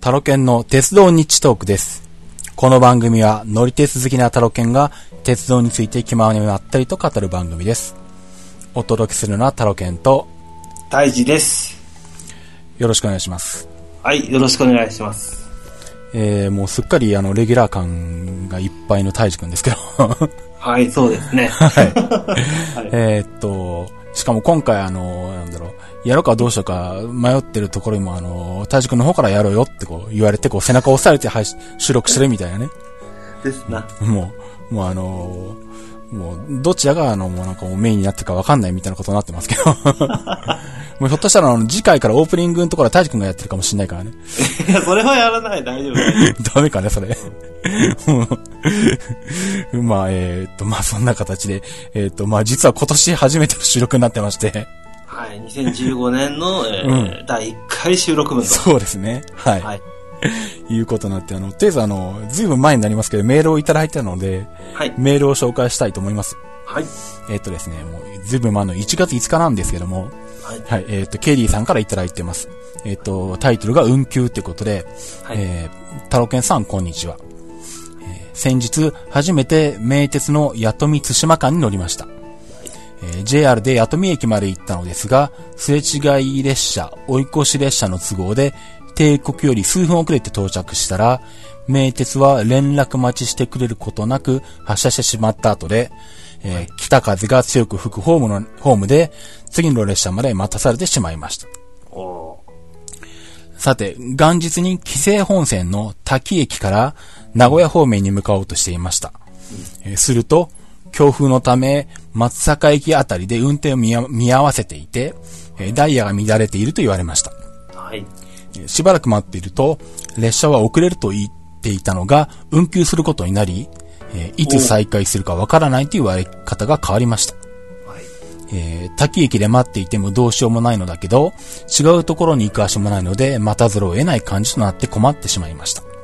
タロケンの鉄道日トークです。この番組は乗り鉄好きなタロケンが鉄道について気ままにまったりと語る番組です。お届けするのはタロケンと大事です。よろしくお願いします。はい、よろしくお願いします。えー、もうすっかりあの、レギュラー感がいっぱいの大治くんですけど。 はい、そうですね。えーっと、しかも今回あの、なんだろう、やろうかどうしようか迷ってるところにもあの、大治くんの方からやろうよってこう言われてこう背中を押されて配信収録してるみたいなね。ですな。 もう、もうあのーもう、どちらがあの、もうなんかもうメインになってるかわかんないみたいなことになってます けど。もうひょっとしたらあの、次回からオープニングのところは大地君がやってるかもしんないからね。 いや、それはやらない、大丈夫。ダメかね、それ。 うんまあ、えーっと、まあそんな形で、えーっと、まあ実は今年初めての収録になってまして。はい、2015年の、えー第1回収録分と。そうですね。はい。、はいい。うことになって、あの、とりあえずあの、ずいぶん前になりますけど、メールをいただいたので、はい。メールを紹介したいと思います。はい。えーっとですね、もう、ずいぶん前の1月5日なんですけども、ははい。い、えっ、と、ケリーさんからいただいてます。えっ、と、タイトルが運休ということで、はいえー、タロケンさん、こんにちは。えー先日、初めて名鉄の弥富津島間に乗りました。えー JR で弥富駅まで行ったのですが、すれ違い列車、追い越し列車の都合で、帝国より数分遅れて到着したら、名鉄は連絡待ちしてくれることなく発車してしまった後で、えー北風が強く吹くホームの、ホームで、次の列車まで待たされてしまいました。おさて、元日に紀勢本線の滝駅から名古屋方面に向かおうとしていました。えーすると、強風のため、松阪駅あたりで運転を見合見合わせていて、えーダイヤが乱れていると言われました。ーはい。えーしばらく待っていると、列車は遅れると言っていたのが、運休することになり、えーいつ再開するかわからないという言われ方が変わりました。はい。えー、滝駅で待っていてもどうしようもないのだけど、違うところに行く足もないので、待たざるを得ない感じとなって困ってしまいました。はい。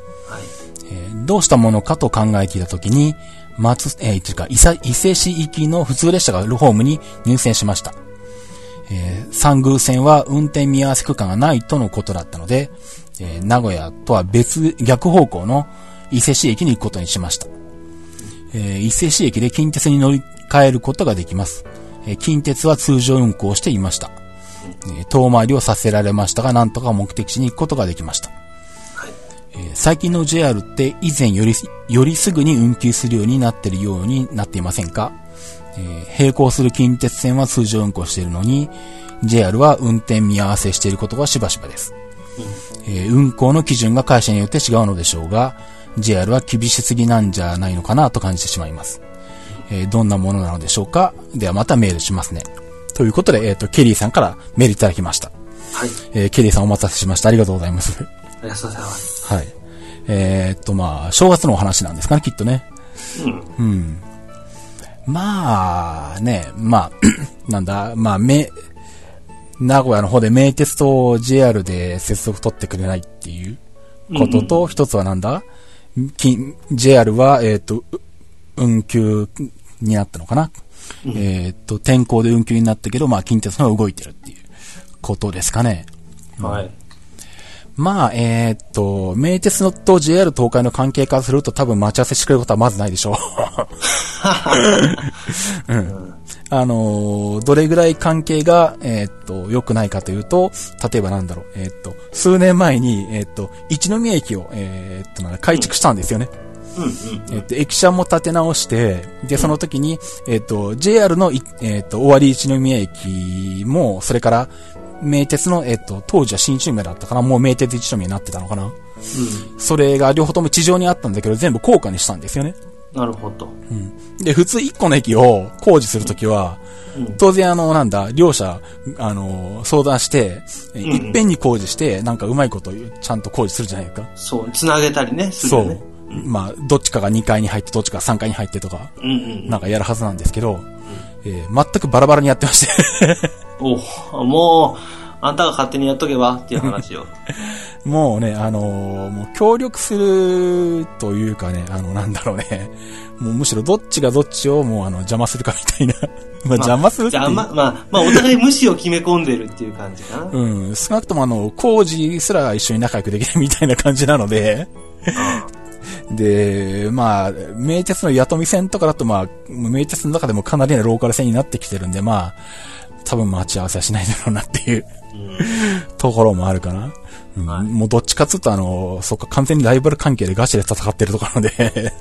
えーどうしたものかと考えていたときに、松、えー、というか、伊勢伊勢市行きの普通列車がホームに入線しました。えー三宮線は運転見合わせ区間がないとのことだったので、えー名古屋とは別、逆方向の伊勢市駅に行くことにしました。えー伊勢市駅で近鉄に乗り換えることができます。えー近鉄は通常運行していました。えー遠回りをさせられましたが、なんとか目的地に行くことができました。えー最近の JR って以前より、よりすぐに運休するようになってるようになっていませんか、えー並行する近鉄線は通常運行しているのに、JR は運転見合わせしていることがしばしばです。えー運行の基準が会社によって違うのでしょうが、JR は厳しすぎなんじゃないのかなと感じてしまいます。えーどんなものなのでしょうかではまたメールしますね。ということで、えっ、と、ケリーさんからメールいただきました。はい。えーケリーさんお待たせしました。ありがとうございます。ありがとうございます。はい。えーっと、まあ、正月のお話なんですかね、きっとね。うん。まあ、ね、まあ、 なんだ、まあ、め、名古屋の方で名鉄と JR で接続取ってくれないっていうことと、一つはなんだ、き JR は、えーっと、う運休になったのかな。えーっと、天候で運休になったけど、まあ、近鉄の方が動いてるっていうことですかね。はい。まあ、えーっと、名鉄のと JR 東海の関係からすると多分待ち合わせしてくれることはまずないでしょう。うん、あのーどれぐらい関係が、えーっと、良くないかというと、例えばなんだろう、えーっと、数年前に、えーっと、一宮駅を、えーっと、なんだ改築したんですよね。うんえっと、駅舎も建て直して、で、その時に、えっと、JR のい、えっと、終わり一宮駅も、それから、名鉄の、えっと、当時は新一宮だったかなもう名鉄一宮になってたのかなそれが両方とも地上にあったんだけど、全部高架にしたんですよね。うん。なるほど。で、普通1個の駅を工事するときは、当然あの、なんだ、両者、あの、相談して、えんいっぺんに工事して、なんかうまいこと、ちゃんと工事するじゃないか。そう、つなげたりね、するそようね。。まあ、どっちかが2階に入って、どっちかが3階に入ってとか。うんうん。なんかやるはずなんですけど、えー全くバラバラにやってまして。 おうもう、あんたが勝手にやっとけばっていう話を。もうね、あのーもう協力するというかね、あの、なんだろうね。もうむしろどっちがどっちをもうあの邪魔するかみたいな。 まあ邪魔 するっていう邪魔、まあ、まあ、お互い無視を決め込んでるっていう感じかな。うん、少なくともあの、工事すら一緒に仲良くできないみたいな感じなので、で、まあ、名鉄の雇み線とかだとまあ、名鉄の中でもかなりなローカル線になってきてるんで、まあ、多分待ち合わせはしないだろうなっていううんところもあるかな。うんはいもうどっちかっつうとあの、そっか完全にライバル関係でガチで戦ってるところで、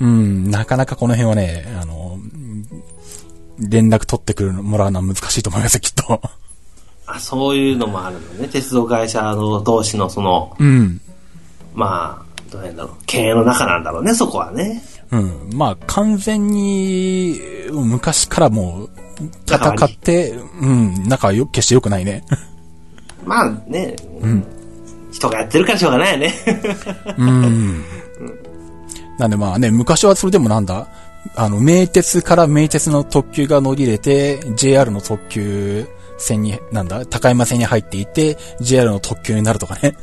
うんうん、なかなかこの辺はね、あの、連絡取ってくるのもらうのは難しいと思いますよ、きっと。あそういうのもあるのね。鉄道会社の同士のその、うん。まあ、どうやんだろう。経営の中なんだろうね、そこはね。うん。まあ、完全に、うん昔からもう、戦仲悪いって、うん、仲はよ、決して良くない ね。まあね、人がやってるからしょうがない よね。うん。なんでまあね、昔はそれでもなんだ、あの、名鉄から名鉄の特急が乗り入れて、JR の特急線に、なんだ、高山線に入っていて、JR の特急になるとかね。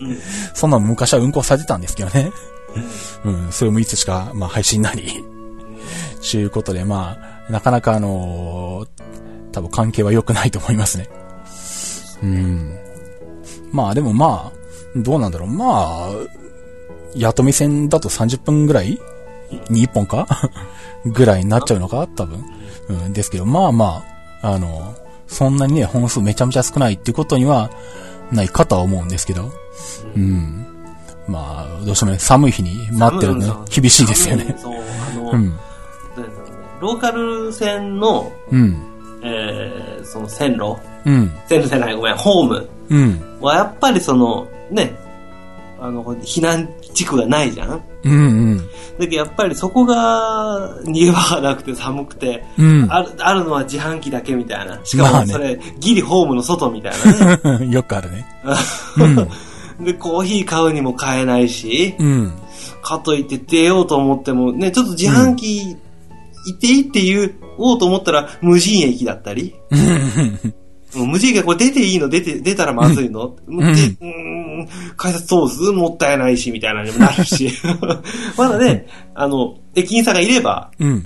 うん そんなの昔は運行されてたんですけどね。うん、それもいつしか、まあ、配信なり。ちゅうことで、まあ、なかなかあのー多分関係は良くないと思いますね。うん。まあ、でもまあ、どうなんだろう。まあ、やとみ線だと30分ぐらいに1本か ぐらいになっちゃうのか多分。うん、ですけど、まあまあ、あの、そんなにね、本数めちゃめちゃ少ないっていうことには、ないかとは思うんですけど。うん。まあ、どうしてもね、寒い日に待ってるのね寒、厳しいですよね。寒いそう、あの、うん。どうやんだろうね。ローカル線の、うん。えー、その線路、うん。線路じゃない、ごめん、ホームうん。はやっぱりその、ね、あの、避難地区がないじゃん。うん。うん。だけどやっぱりそこが逃げ場がなくて寒くて、うんあるあるのは自販機だけみたいな。しまかあもねそれ、ギリホームの外みたいなね。 よくあるね。うん。 で、コーヒー買うにも買えないし、うん。かといって出ようと思っても、ね、ちょっと自販機行っていいって言おうと思ったら無人駅だったり、もう無人駅がこれ出ていいの出て、出たらまずいの、うでうーん、改札通すもったいないし、みたいなのにもなるし。 まだね、あの、駅員さんがいれば、うん。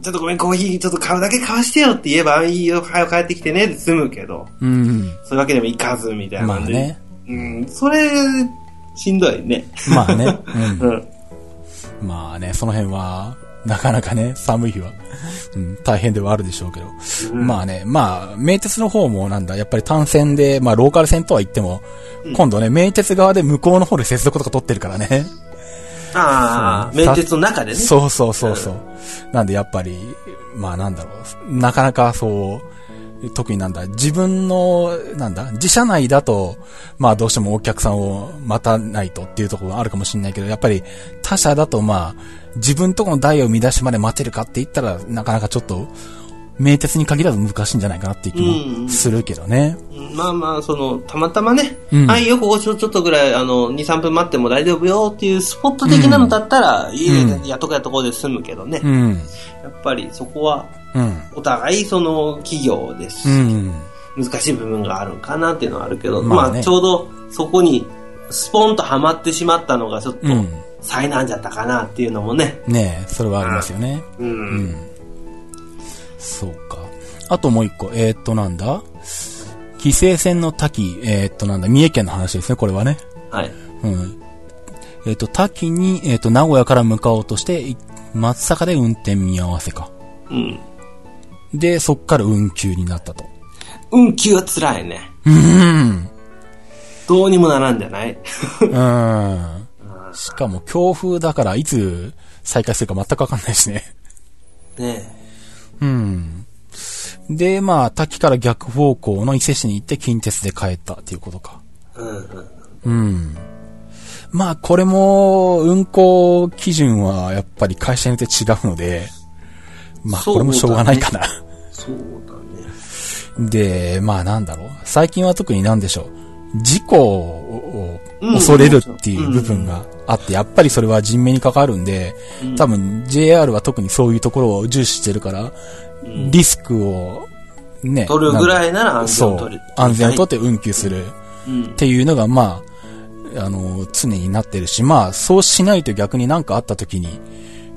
ちょっとごめん、コーヒーちょっと買うだけ買わしてよって言えば、いいよ、早く帰ってきてね、で済むけど、うん。そういうわけにもいかず、みたいな。まあね。うん、それ、しんどいね。まあね。うんう。ん。まあね、その辺は、なかなかね、寒い日は、うん、大変ではあるでしょうけど。まあね、まあ、名鉄の方もなんだ、やっぱり単線で、まあ、ローカル線とは言っても、今度ね、名鉄側で向こうの方で接続とか取ってるからね。ああ、そう面接の中でね。そうそうそうそう。なんでやっぱり、まあなんだろう、なかなかそう、特になんだ、自分の、なんだ、自社内だと、まあどうしてもお客さんを待たないとっていうところがあるかもしれないけど、やっぱり他社だとまあ、自分とこの台を乱しまで待てるかって言ったら、なかなかちょっと、名鉄に限らず難しいんじゃないかなっていう気もするけどね。うんまあまあ、その、たまたまね、うんはい、よくここちょちょっとぐらい、あの、2、3分待っても大丈夫よっていうスポット的なのだったら、いいねうんやっとくやっとこうで済むけどね。うん。やっぱりそこは、うん。お互いその企業ですし、うん。難しい部分があるかなっていうのはあるけど、ままああ、ねちょうどそこに、スポンとはまってしまったのが、ちょっとうん、災難じゃったかなっていうのもね。ねえ、それはありますよね。うん。そうか。あともう一個、えー、っとなんだ規制線の滝、えー、っとなんだ、三重県の話ですね、これはね。はい。うん。えー、っと、滝に、えー、っと、名古屋から向かおうとして、い松阪で運転見合わせか。うん。で、そっから運休になったと。運休は辛いね。うーん。どうにもならんじゃない うん。しかも強風だから、いつ再開するか全くわかんないしね。ねえ。うん。で、まあ、滝から逆方向の伊勢市に行って近鉄で帰ったっていうことか。うんうんうん。まあ、これも、運行基準はやっぱり会社によって違うので、まあ、そうこれもしょうがないかな。 そうだね。で、まあ、なんだろう。最近は特になんでしょう。事故をうん恐れるっていう部分があって、やっぱりそれは人命に関わるんで、多分 JR は特にそういうところを重視してるから、リスクをね。取るぐらいならなんか安全そを取うる。。安全を取って運休する。うんっ。ていうのが、まあ、あの、常になってるし、まあ、そうしないと逆に何かあった時に、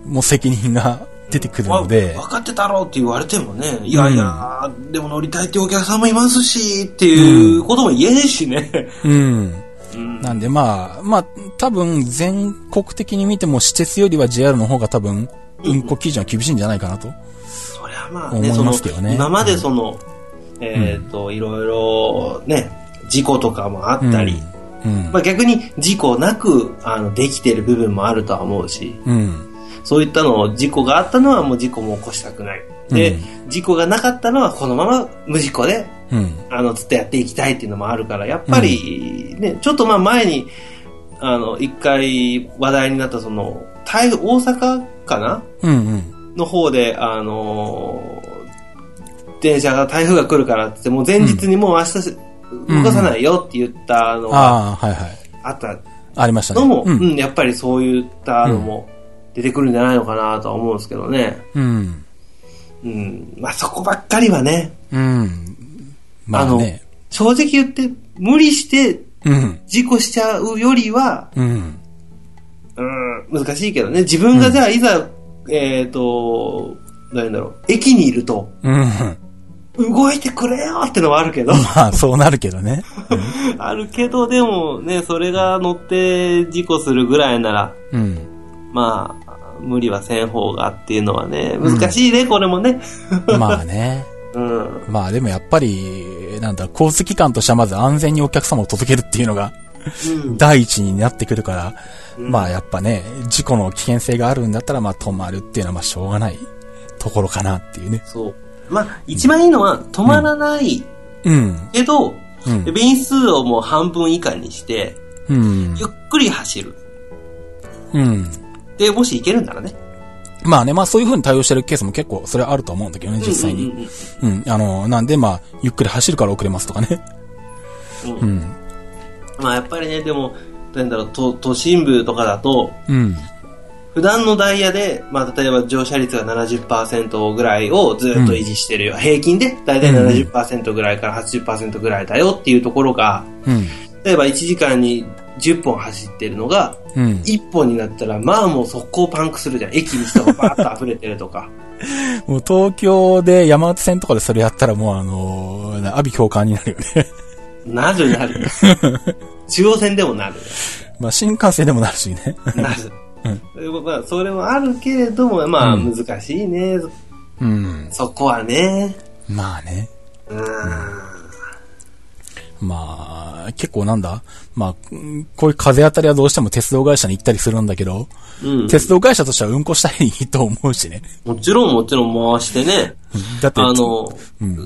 もう責任が出てくるのでわ、分かってたろうって言われてもね、いやいや、でも乗りたいってお客さんもいますし、っていうことも言えねえしね。うん。うん。なんでまあ、まあ、多分全国的に見ても私鉄よりは JR の方が多分、運行基準は厳しいんじゃないかなと。そりゃまあね、思そいのますけどね今までその、えっ、と、いろいろね、事故とかもあったり、うん。まあ逆に事故なくあのできてる部分もあるとは思うし、うん。そういったのを事故があったのはもう事故も起こしたくない。で、事故がなかったのはこのまま無事故で、うん。あの、ずっとやっていきたいっていうのもあるから、やっぱりね、ちょっとまあ前に、あの、一回話題になったその、台大阪かなうん。うん。の方で、あのー電車が台風が来るからってって、もう前日にもう明日し、ん動かさないよって言ったのがああ、はいはい。あったありましたね。のも、ううんん。やっぱりそういったのも出てくるんじゃないのかなとは思うんですけどね。うん。うん。まあそこばっかりはね、うん。まあね。正直言って無理してうん。事故しちゃうよりは、うん。うん、難しいけどね。自分がじゃあいざ、えっ、と、何だろう、駅にいると、うん。 動いてくれよってのはあるけど。まあ、そうなるけどね。 あるけど、でもね、それが乗って事故するぐらいなら、うん。まあ、無理はせん方がっていうのはね、難しいね、これも ね。まあね。うん。まあでもやっぱり、なんだ、交通機関としてはまず安全にお客様を届けるっていうのが第一になってくるから、まあやっぱね、事故の危険性があるんだったらまあ止まるっていうのはまあしょうがないところかなっていうね。そう。まあ、一番いいのは、止まらないうん。けど、うん便数をもう半分以下にして、うんゆ。っくり走る。うん。で、もし行けるならね。まあね、まあそういう風に対応してるケースも結構それはあると思うんだけどね、実際うんに。うんうんうん。あの、なんでまあ、ゆっくり走るから遅れますとかね。うんうん。まあ、やっぱりね、でも、なんだろう、都都心部とかだと、うん。普段のダイヤで、まあ、例えば乗車率が70%ぐらいをずっと維持してるよ。平均で、だいたい70%ぐらいから80%ぐらいだよっていうところが、うん。例えば1時間に10本走ってるのが、うん。 1本になったら、まあもう速攻パンクするじゃん。駅に人がバーッと溢れてると か。もう東京で山手線とかでそれやったらもうあのー、阿鼻共感になるよね。 なるなる。中央線でもなる。まあ新幹線でもなるしね。なる。まあ、それもあるけれども、まあ、うん難しいね。うん。そこはね。まあね。うん。まあ、結構なんだまあ、うんこういう風当たりはどうしても鉄道会社に行ったりするんだけど、うん。鉄道会社としては運行したいと思うしね。もちろん、もちろん回してね。だって、あの、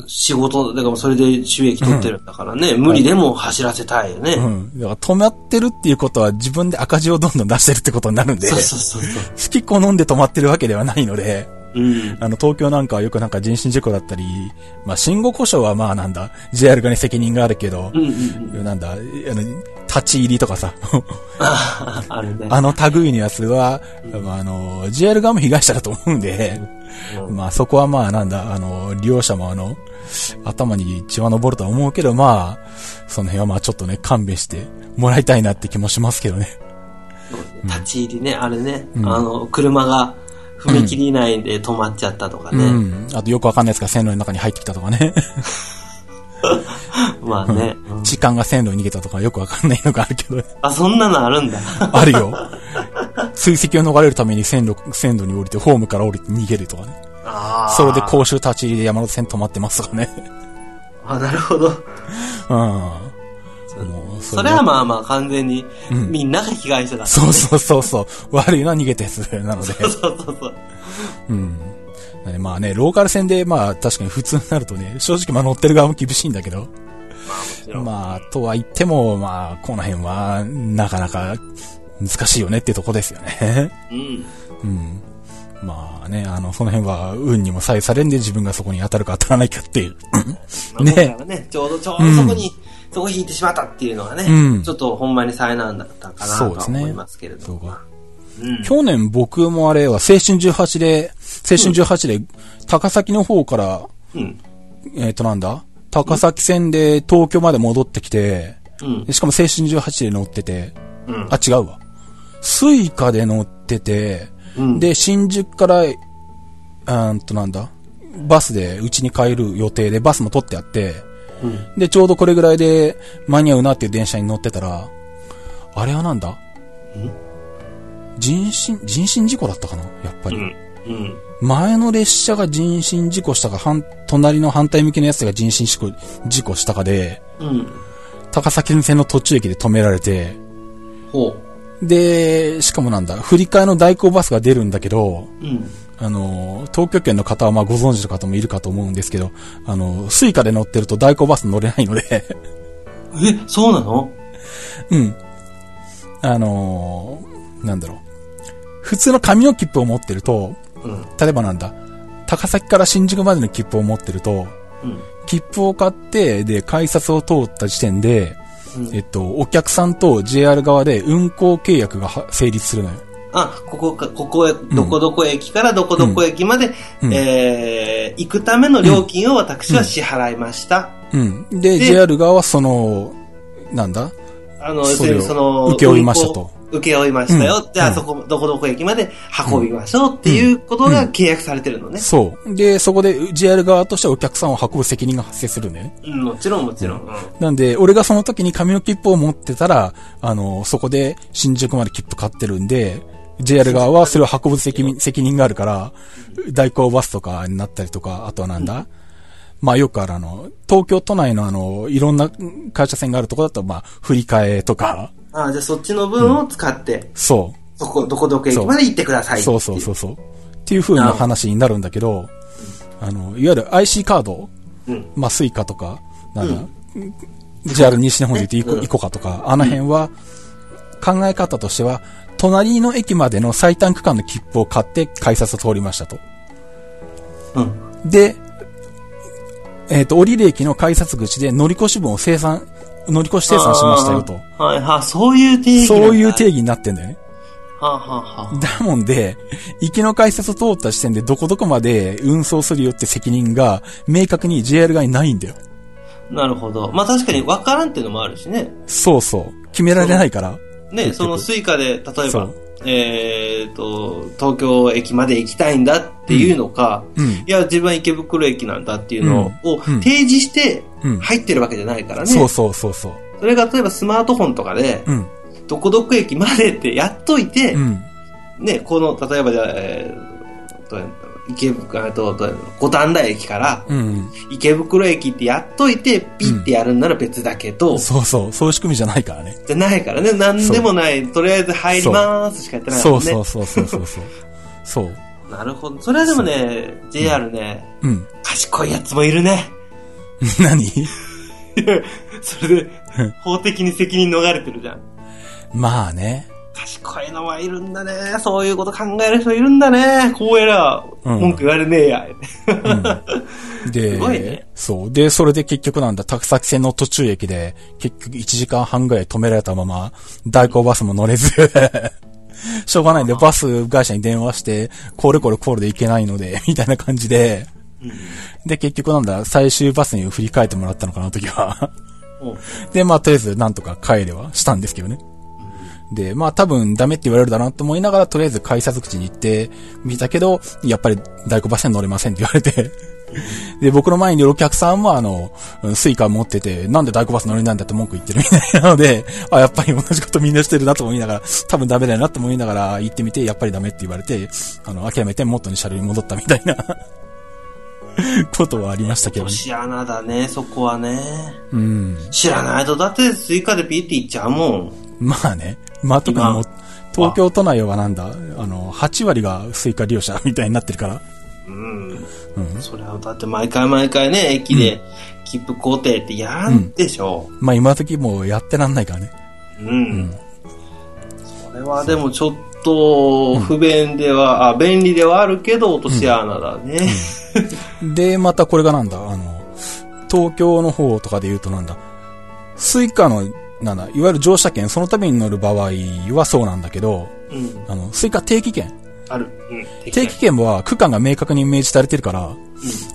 仕事、だからそれで収益取ってるんだからね、無理でも走らせたいよね。うん。だから止まってるっていうことは自分で赤字をどんどん出してるってことになるんで、 そう好そうそうそう。き好んで止まってるわけではないので、うん。あの、東京なんかはよくなんか人身事故だったり、まあ、信号故障はまあなんだ、JR がね、責任があるけどう、んうんうん。なんだ、あの、立ち入りとかさ、ああ、あるね。あの類のやつは、まあ、あの、JR 側も被害者だと思うんで、うんまあそこはまあなんだ、あの、利用者もあの、頭に血は昇るとは思うけど、まあ、その辺はまあちょっとね、勘弁してもらいたいなって気もしますけどね。立ち入りね、あれね。あの、車が踏切内で止まっちゃったとかうね。ん。あとよくわかんないやつが線路の中に入ってきたとかね。まあね。時間が線路に逃げたとかよくわかんないのがあるけど、あ、そんなのあるんだ。あるよ。追跡を逃れるために線路、線路に降りて、ホームから降りて逃げるとかね。 ああ。それで公衆立ち入りで山手線止まってますとかね。あ、なるほど。うん。もうそれはまあまあ完全に、みんなが被害者だ。そそうそうそうそう。悪いのは逃げたやつな ので。う そうそうそう。うん。なんでまあね、ローカル線でまあ確かに普通になるとね、正直まあ乗ってる側も厳しいんだけど。まあ、とは言っても、まあ、この辺は、なかなか難しいよねってとこですよね。 うん。うん。まあね、あの、その辺は運にも左右されるんで自分がそこに当たるか当たらないかっていう。まあね今回はね、ちょうどちょうどそこに、そこ引いてしまったっていうのがね、うんちょっとほんまに災難だったかなとそうではすね思いますけれどそも。うか。うん去年僕もあれは青春18で、青春18で、高崎の方から、うん。えっ、となんだ高崎線で東京まで戻ってきて、うんで。しかも青春18で乗ってて、うん。あ、違うわ。スイカで乗ってて、うん、で、新宿から、うーんとなんだバスで家に帰る予定で、バスも取ってあって、うん。で、ちょうどこれぐらいで間に合うなっていう電車に乗ってたら、あれはなんだ人身、人身事故だったかなやっぱり。うん。うん。前の列車が人身事故したか、反隣の反対向きのやつが人身事故事故したかで、うん。高崎線の途中駅で止められて、ほで、しかもなんだ、振り替えの代行バスが出るんだけど、う。うん。あの、東京圏の方はまあご存知の方もいるかと思うんですけど、あの、スイカで乗ってると代行バス乗れないので、 え、そうなのうん。あのーなんだろう。普通の紙の切符を持ってると、うん。例えばなんだ、高崎から新宿までの切符を持ってると、うん。切符を買って、で、改札を通った時点で、うんえっと、お客さんと JR 側で運行契約がは成立するのよ。あ、ここか、ここへ、どこどこ駅からどこどこ駅まで、うんえー、行くための料金を私は支払いました。うん。で、で JR 側はその、なんだあの、要そすれるをにその、請け負いましたと。受け負いましたよ。うんじゃうあんそこ、どこどこ駅まで運びましょうっていうことが契約されてるのね。そう。で、そこで JR 側としてはお客さんを運ぶ責任が発生するんだよね。うん、もちろんもちろん。うんなんで、俺がその時に紙の切符を持ってたら、あの、そこで新宿まで切符買ってるんで、JR 側はそれを運ぶ責任責任があるから、代行バスとかになったりとか、あとはなんだ、まあよくあるあの、東京都内のあの、いろんな会社線があるとこだと、まあ、振り替えとか、あじゃあそっちの分を使って、そそこ、どこどこ駅まで行ってくださう、い。そうそうそうそう。っていう風な話になるんだけど、あの、いわゆる IC カードうん。まあ、スイカとか、なんだ、JR 西日本で言うとうんイコイコカとか、あの辺は、考え方としては、隣の駅までの最短区間の切符を買って改札を通りましたと。うん。で、えっ、と、降りる駅の改札口で乗り越し分を生産、乗り越し生産しましたよと。あー。はいはい、そういう定義なんだそういう定義になってんだよね。はあ、はあはあ、だもんで、行きの改札を通った時点でどこどこまで運送するよって責任が明確に JR 側にないんだよ。なるほど。まあ確かに分からんっていうのもあるしね。そうそう。決められないから。ね、局そのスイカで、例えそばう、えっ、と、東京駅まで行きたいんだっていうのか、うん。いや、自分は池袋駅なんだっていうのをうんうん提示してうん入ってるわけじゃないからね。そうそうそうそう。それが例えばスマートフォンとかで、うん。どこどこ駅までってやっといて、うん。ね、この、例えばじゃあ、えーどうやったの池袋、あと、どうやったの五反田駅から、うん。池袋駅ってやっといて、ピッてやるんなら別だけど、そうそう。そういう仕組みじゃないからね。じゃないからね、なんでもない、とりあえず入りまーすしかやってないそもんうね。そうそうそうそうそう。そう。なるほど。それはでもね、JR ね、うん。 賢いやつもいるね。 何それで、法的に責任逃れてるじゃん。まあね。賢いのはいるんだね。そういうこと考える人いるんだね。こうやら、うん文句言われねえや。 うん、で、すごいねそう。で、それで結局なんだ、高崎線の途中駅で、結局1時間半ぐらい止められたまま、代行バスも乗れず、 しょうがないんで、バス会社に電話して、これこれこれで行けないので、みたいな感じで、で、結局なんだ、最終バスに振り返ってもらったのかな、あの時は。うんで、まあ、とりあえず、なんとか帰れはしたんですけどね。で、まあ、多分、ダメって言われるだなと思いながら、とりあえず改札口に行ってみたけど、やっぱり、大工バスに乗れませんって言われて。で、僕の前にいるお客さんも、あの、うんスイカ持ってて、なんで大工バス乗れないんだって文句言ってるみたいなので、あ、やっぱり同じことみんなしてるなと思いながら、多分ダメだよなと思いながら、行ってみて、やっぱりダメって言われて、あの、諦めて元に車両に戻ったみたいな、ことはありましたけど落とね。し穴だね、そこはね。うん。知らないと、だってスイカでピッて行っちゃうもん。まあね。まあ、特にもう今、東京都内はなんだ、あの、8割がスイカ利用者みたいになってるから。うん。うん。それはだって毎回毎回ね、駅で切符工程ってやらんでしょ。まあ、今時もうやってらんないからね。うん。それはでもちょっと不便では、あ、便利ではあるけど、落とし穴だね。で、またこれがなんだ、あの、東京の方とかで言うとなんだ、スイカの、なんだ、いわゆる乗車券、そのために乗る場合はそうなんだけど、うん。あの、スイカ定期券。ある。うん。定期券は区間が明確に明示されてるから、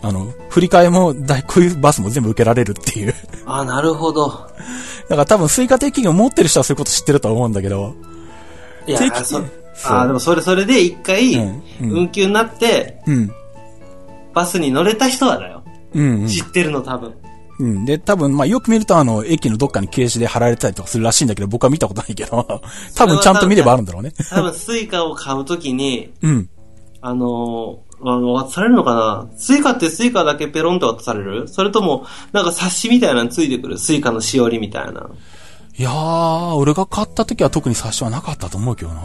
あの、振り替えも、だいこういうバスも全部受けられるっていう。ああ、なるほど。だから多分スイカ定期券を持ってる人はそういうこと知ってるとは思うんだけど、いや定期、そそうああ、でもそれ、それで一回うん、うん運休になって、うん。バスに乗れた人はだよ。うん、うん。知ってるの、多分。うん。で、多分、まあ、よく見ると、あの、駅のどっかに掲示で貼られてたりとかするらしいんだけど、僕は見たこと ないけど、多分ちゃんと見ればあるんだろうね。多分、スイカを買うときに、うん。あのー、あの、渡されるのかなスイカってスイカだけペロンって渡されるそれとも、なんか冊子みたいなのついてくるスイカのしおりみたいな。いやー、俺が買った時は特に冊子はなかったと思うけどな。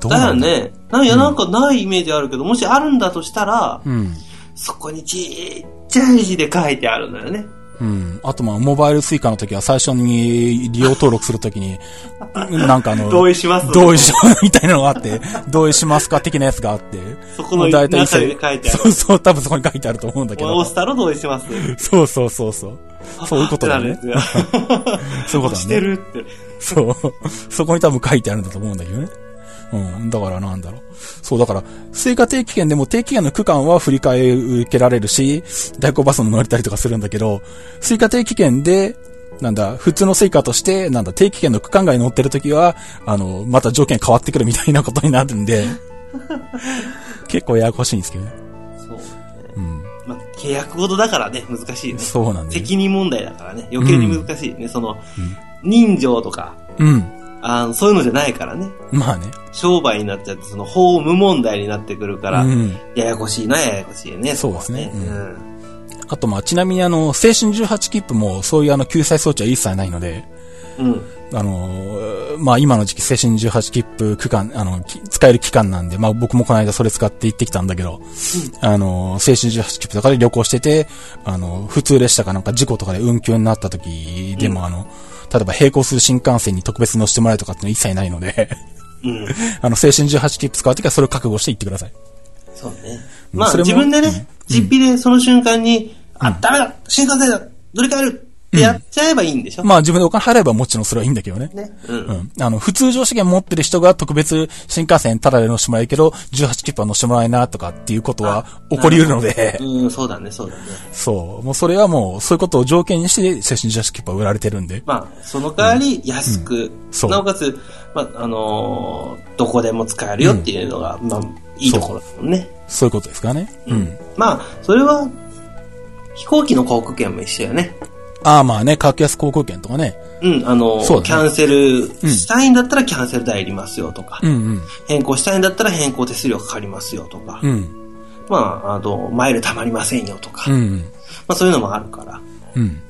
どうだなよんだね。なんや、なんかないイメージあるけど、もしあるんだとしたら、うん。そこにちっちゃい字で書いてあるのよね。うん。あと、まあ、モバイルスイカの時は最初に利用登録するときに、なんかあの、同意します同意しますみたいなのがあって、同意しますか的なやつがあって。そこのもう大体一切中に書いてあるそうそう、多分そこに書いてあると思うんだけおど押。したら同意します。そうそうそうそう。そういうことだねっ。てなるんですよそういうことだ押ね。してるって。そう。 そこに多分書いてあるんだと思うんだけどね。うん。だからなんだろう。そう、だから、追加定期券でも定期券の区間は振り替え受けられるし、代行バスも乗れたりとかするんだけど、追加定期券で、なんだ、普通のスイカとして、なんだ、定期券の区間外に乗ってるときは、あの、また条件変わってくるみたいなことになるんで、 結構ややこしいんですけどね。そう。うん。まあ、契約ごとだからね、難しいね。そうなんです。責任問題だからね、余計に難しいね。その、人情とか、うん。あの、そういうのじゃないからね。まあね。商売になっちゃって、その法務問題になってくるから、うん。ややこしいな、ややこしいね。そうですねこはううんあとまあ、ちなみにあの、青春18切符もそういうあの、救済装置は一切ないので、うん。あのーまあ、今の時期、青春18切符区間、あの、き使える期間なんで、まあ、僕もこの間それ使って行ってきたんだけど、あのー青春18切符とかで旅行してて、あのー普通列車かなんか事故とかで運休になった時でも、あの、例えば並行する新幹線に特別乗せてもらえとかっていうのは一切ないので、うん。あの、青春18切符使う時はそれを覚悟して行ってください。そうね。うんまあ、それも自分でね、実費でその瞬間に、あ、ダメだ新幹線だ乗り換えるってやっちゃえばいいんでしょ、まあ、自分でお金払えばもちろんそれはいいんだけどね。ね。うん。うん。あの、普通乗車券持ってる人が特別新幹線タダで乗してもらえるけど、18切符は乗してもらえないなとかっていうことは起こり得るので、うん、そうだね、そうだね。 そう。もうそれはもう、そういうことを条件にして、精神18切符は売られてるんで。まあ、その代わり安く、そうなおかつ、まあ、あのーどこでも使えるよっていうのが、まあ、いいところだもんね。そういうことですからね。うん。まあ、それは、飛行機の航空券も一緒よね。ああまあね、格安航空券とかね。うん、あのーそうだねキャンセルしたいんだったらキャンセル代いりますよとか、うんうん。変更したいんだったら変更手数料かかりますよとか、うん。まあ、あの、マイル貯まりませんよとか、うまん。あそういうのもあるから、うん。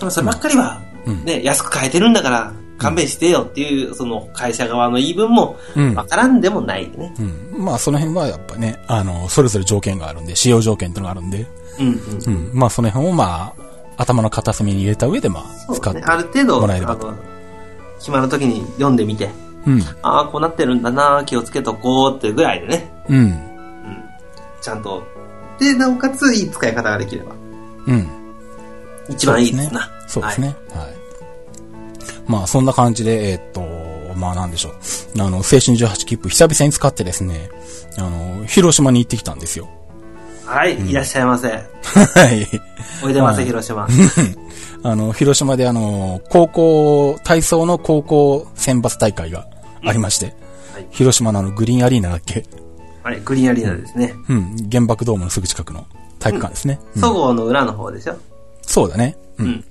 まあそればっかりは、ね、安く買えてるんだから、勘弁してよっていう、その会社側の言い分もうん、わからんでもないね。うん。まあその辺はやっぱね、あの、それぞれ条件があるんで、使用条件っていうのがあるんで、うん、うん。うん。まあその辺をまあ、頭の片隅に入れた上でまあ、そ使うっねて。。ある程度、もらえればあの、暇な時に読んでみて、うん。ああ、こうなってるんだな、気をつけとこうっていうぐらいでね、うん。ちゃんと。で、なおかつ、いい使い方ができれば。うん。一番いいですな。そうですね。はい。まあ、そんな感じで、えーっと、まあなんでしょう。あの、青春18切符久々に使ってですね、あの、広島に行ってきたんですよ。 はい。はい、いらっしゃいませ。はい。おいでませ、広 島。あの、広島であの、高校、体操の高校選抜大会がありまして、はい広島のあのグリーンアリーナだっけはい、グリーンアリーナですね。うん、原爆ドームのすぐ近くの体育館ですね。うんそごうの裏の方でしょそうだね。うん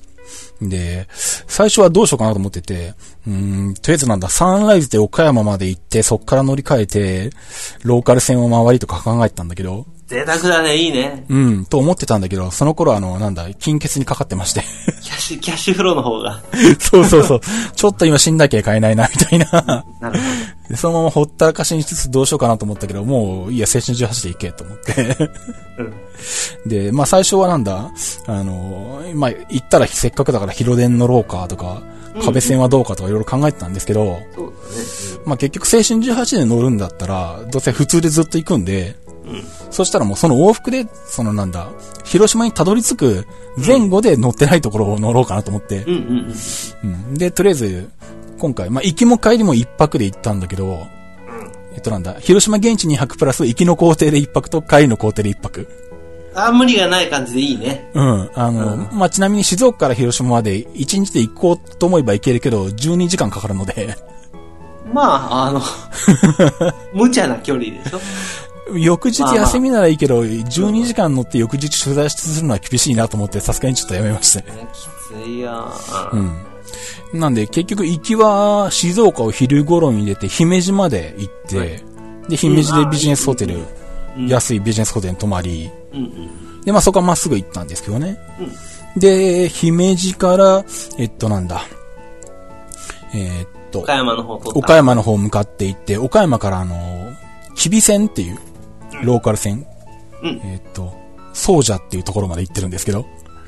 ん。で、最初はどうしようかなと思ってて、うーん、とりあえずなんだ、サンライズで岡山まで行って、そっから乗り換えて、ローカル線を回りとか考えてたんだけど、贅沢だね、いいね。うん、と思ってたんだけど、その頃あの、なんだ、金欠にかかってまして。 キャッシュ、キャッシュフローの方が。そうそうそう。ちょっと今死んだけ買えないな、みたいな。なるほでそのままほったらかしにしつつどうしようかなと思ったけど、もう、いいや、青春18で行け、と思って。 ど。うん。で、まあ最初はなんだ、あの、まあ行ったらせっかくだから広電乗ろうかとか、壁線はどうかとかいろいろ考えてたんですけど、そうだね。まあ結局青春18で乗るんだったら、どうせ普通でずっと行くんで、そしたらもうその往復で、そのなんだ、広島にたどり着く前後で乗ってないところを乗ろうかなと思って、うんうんうん。うんで、とりあえず、今回、まあ行きも帰りも一泊で行ったんだけど、えっとなんだ、広島現地2泊プラス行きの工程で1泊と帰りの工程で1泊。あ、無理がない感じでいいね。うん。あの、まあ、ちなみに静岡から広島まで1日で行こうと思えば行けるけど、12時間かかるので、まあ、あの、無茶な距離でしょ。翌日休みならいいけど、12時間乗って翌日取材するのは厳しいなと思って、さすがにちょっとやめましたね。ねきついや、うん。 なんで、結局行きは静岡を昼頃に出て、姫路まで行って、はいで、姫路でビジネスホテル、うん安いビジネスホテルに泊まり、うんうん。で、まあそこはまっすぐ行ったんですけどね。で、姫路から、えっと、なんだ。えーっと岡、山の方通った。岡山の方向かって行って、岡山からあの、吉備線っていう、ローカル線。うんえーっと、総社っていうところまで行ってるんですけど。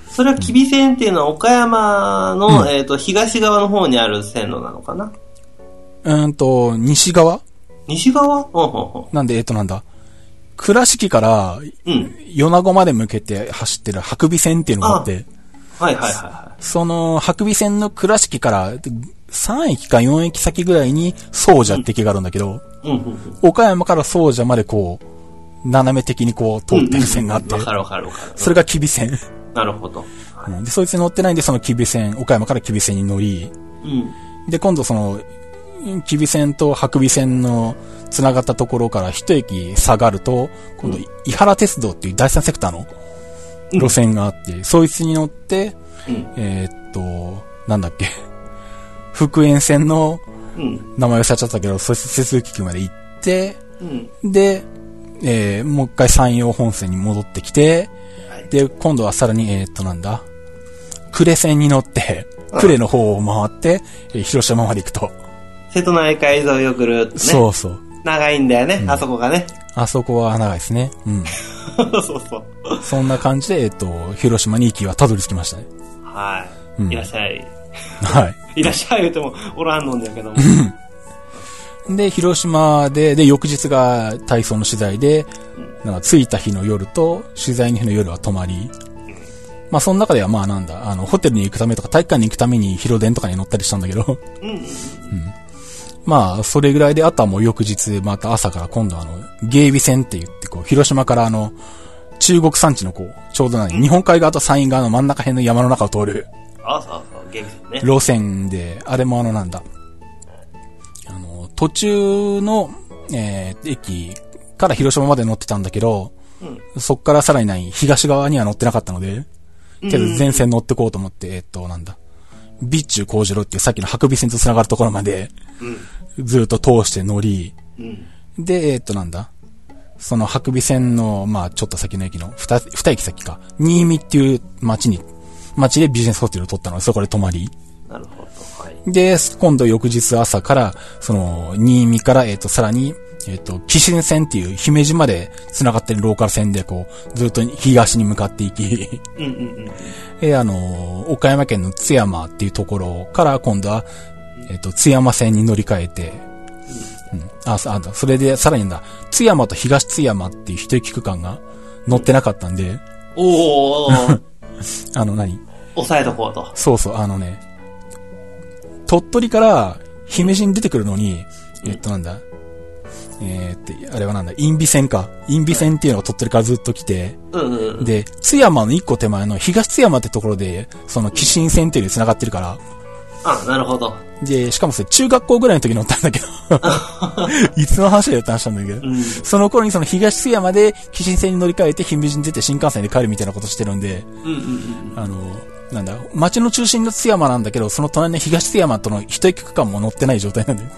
それは吉備線っていうのは岡山の、うんえっ、と、東側の方にある線路なのかなうーんと、西側西側うんうんなんで、えーっと、なんだ。倉敷から、うん。うん。米子まで向けて走ってる白尾線っていうのがあって、はいはいはいはその、白尾線の倉敷から、3駅か4駅先ぐらいに、総社って駅があるんだけど、い。うんうんうん。岡山から総社までこう、斜め的にこう、通ってる線があってわ、かるわかるわかる。それが吉備線。なるほど。うんで、そいつに乗ってないんで、その吉備線、岡山から吉備線に乗り、うん。で、今度その、吉備線と白尾線の繋がったところから一駅下がると、今度、伊原鉄道っていう第三セクターのうん路線があって、そいつに乗って、うん。えーっと、なんだっけ、福塩線のうん。名前忘れちゃったけど、そいつ接続機まで行って、うん。で、えー、もう一回山陽本線に戻ってきて、はいで、今度はさらに、えー、っと、なんだ、呉線に乗って、呉の方を回って、えー広島まで行くと。瀬戸内海沿いをぐるっとね。そうそう。長いんだよね、あそこがね。 あそこは長いですね。うん。そうそう。そんな感じで、えーっと、広島に行きはたどり着きましたね。はい、うんいらっしゃい。はい。いらっしゃい言うても、おらんのんだけども。で、広島で、で、翌日が体操の取材で、なんか着いた日の夜と、取材の日の夜は泊まり、まあ、その中ではまあなんだ、あの、ホテルに行くためとか、体育館に行くために広電とかに乗ったりしたんだけど、 うんうん。まあ、それぐらいで、あとはもう翌日、また朝から今度あの、芸備線って言って、こう、広島からあの、中国山地のこう、ちょうど何、日本海側と山陰側の真ん中辺の山の中を通るあ、そうそう、元気ですね。路線で、あれもあのなんだ、あの、途中の、えー駅から広島まで乗ってたんだけど、うんそっからさらにない、東側には乗ってなかったので、けど全線乗ってこうと思って、えっと、なんだ、備中工事路っていうさっきの白尾線と繋がるところまで、ずっと通して乗り、うん。で、えっと、なんだ、その白尾線の、まあちょっと先の駅の二、二駅先か、新見っていう町に、町でビジネスホテルを取ったので、そこで泊まり、なるほど。はい。で、今度翌日朝から、その、新見から、えっ、と、さらに、えっ、と、紀新線っていう姫路まで繋がってるローカル線で、こう、ずっと東に向かっていき、 うんうんえーあの、岡山県の津山っていうところから、今度は、えっ、と、津山線に乗り換えて、うん。あ、そあだそれで、さらにだ、津山と東津山っていう一駅区間が乗ってなかったんで、うん。おー、あの何、抑えとこうと。そうそう、あのね、鳥取から姫路に出てくるのに、えっとなんだ、えーって、あれはなんだ、インビ線か。インビ線っていうのが鳥取からずっと来て、うんうん。で、津山の一個手前の東津山ってところで、その、寄進線っていうのに繋がってるから、あ、なるほど。で、しかもそれ中学校ぐらいの時に乗ったんだ けど、いつの話だよって話したんだけど、うん。その頃にその東津山で寄進線に乗り換えて姫路に出て新幹線で帰るみたいなことしてるんで、うんうんうん。あの、なんだ、町の中心の津山なんだけど、その隣の東津山との一駅区間も乗ってない状態なんだよ。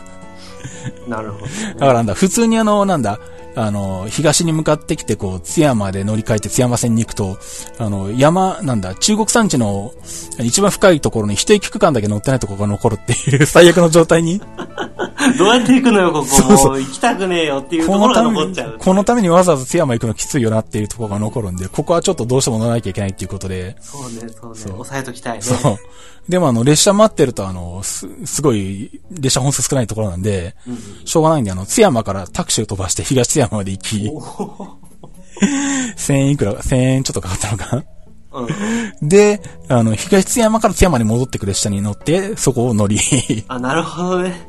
なるほど。だからなんだ、普通にあの、なんだ、あの、東に向かってきて、こう、津山で乗り換えて津山線に行くと、あの、山、なんだ、中国山地の一番深いところに一駅区間だけ乗ってないところが残るっていう 最悪の状態 に、どうやって行くのよ、ここ。そうそうもう行きたくねえよっていうとこころのがため残っにちゃう、。このためにわざわざ津山行くのきついよなっていうところが残るんで、ここはちょっとどうしても乗らなきゃいけないっていうことで、そうね、そうね。う抑えときたいね。そう。でもあの、列車待ってるとあの、す、すごい、列車本数少ないところなんで、しょうがないんで、あの、津山からタクシーを飛ばして東津山まで行き、1000円いくら、1000円ちょっとかかったのかな うん。で、あの、東津山から津山に戻ってくる列車に乗って、そこを乗り、 あ、なるほどね。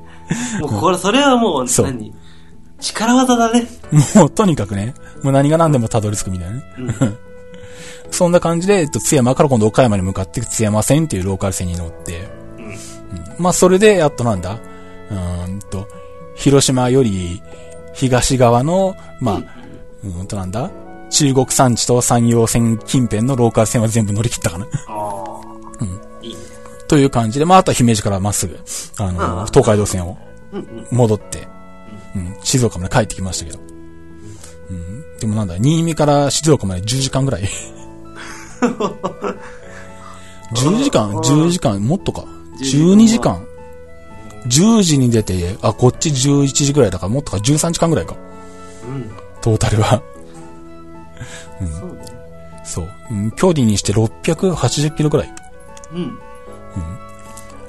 もうこれ、それはもう、そう何力技だね。もう、とにかくね、もう何が何でもたどり着くみたいなね。うん。 そんな感じで、えっと、津山から今度岡山に向かって、津山線っていうローカル線に乗って、うんうんまあ、それで、やっとなんだ、うーんと、広島より東側の、まあ、うーんとなんだ、中国山地と山陽線近辺のローカル線は全部乗り切ったかな。ああ。いいね。という感じで、まあ、あとは姫路からまっすぐ、あうの、ん東海道線をうんうん。戻って、うん、静岡まで帰ってきましたけど。うん、でもなんだ、新見から静岡まで10時間ぐら い。10時間 ?10 時間もっとか。12時間。10時に出て、あ、こっち11時ぐらいだから、もっとか、13時間ぐらいか。うん。トータルは。そうね。そう。うん、距離にして680キロぐらい。うん。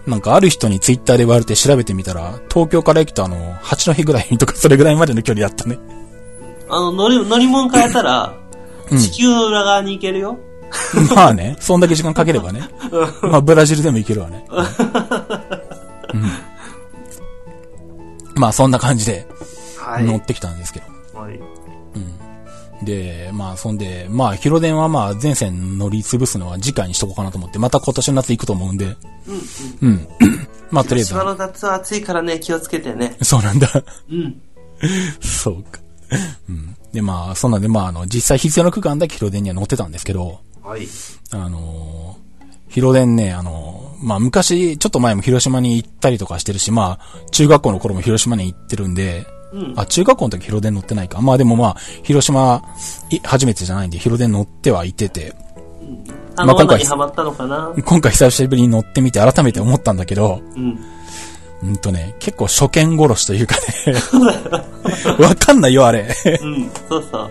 なんかある人にツイッターで言われて調べてみたら、東京から駅とあの、八の日ぐらいとか、それぐらいまでの距離だったね。 あの、乗り、乗り物変えたら、うん地球の裏側に行けるよ。まあね、そんだけ時間かければね。まあ、ブラジルでもいけるわね。うん、まあ、そんな感じでは乗ってきたんですけど。はい。で、まあ、そんで、まあ、広電はまあ、全線乗り潰すのは次回にしとこうかなと思って、また今年の夏行くと思うんで。うん、うん。まあ、とりあえず島、の夏は暑いからね、気をつけてね。そうなんだ。うん。そうか。うん。で、まあ、そんなんで、まあ、あの、実際必要な区間だけ広電には乗ってたんですけど、はい。あのー、広電ね、あのーまあ、昔、ちょっと前も広島に行ったりとかしてるし、まあ、中学校の頃も広島に行ってるんで、うん。あ、中学校の時広電乗ってないか。まあでもまあ、広島、い初めてじゃないんで、広電乗ってはいてて、あまの、あ今罠回にハマったのかな今回久しぶりに乗ってみて改めて思ったんだけど、うん。うんとね、結構初見殺しというか ね、わかんないよ、あれ。うん。そうそう。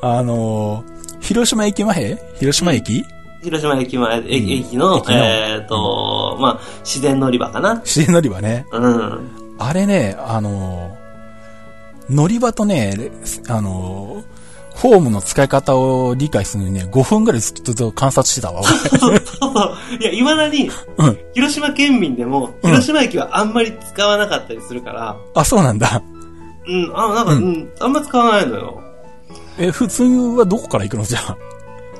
あのー広島駅前広島駅、広島駅前、駅駅の、駅のえっ、と、まあ、自然乗り場かな。自然乗り場ね。うん。あれね、あのー乗り場とね、レあのーホームの使い方を理解するのにね、5分ぐらいずっと観察して たわ、そうそう。いや、いまだに、俺。うん。広島県民でも、うん広島駅はあんまり使わなかったりするから、あ、そうなんだ。うん、あ、なんか、ううんん、あんま使わないのよ。え、普通はどこから行くのじゃあ。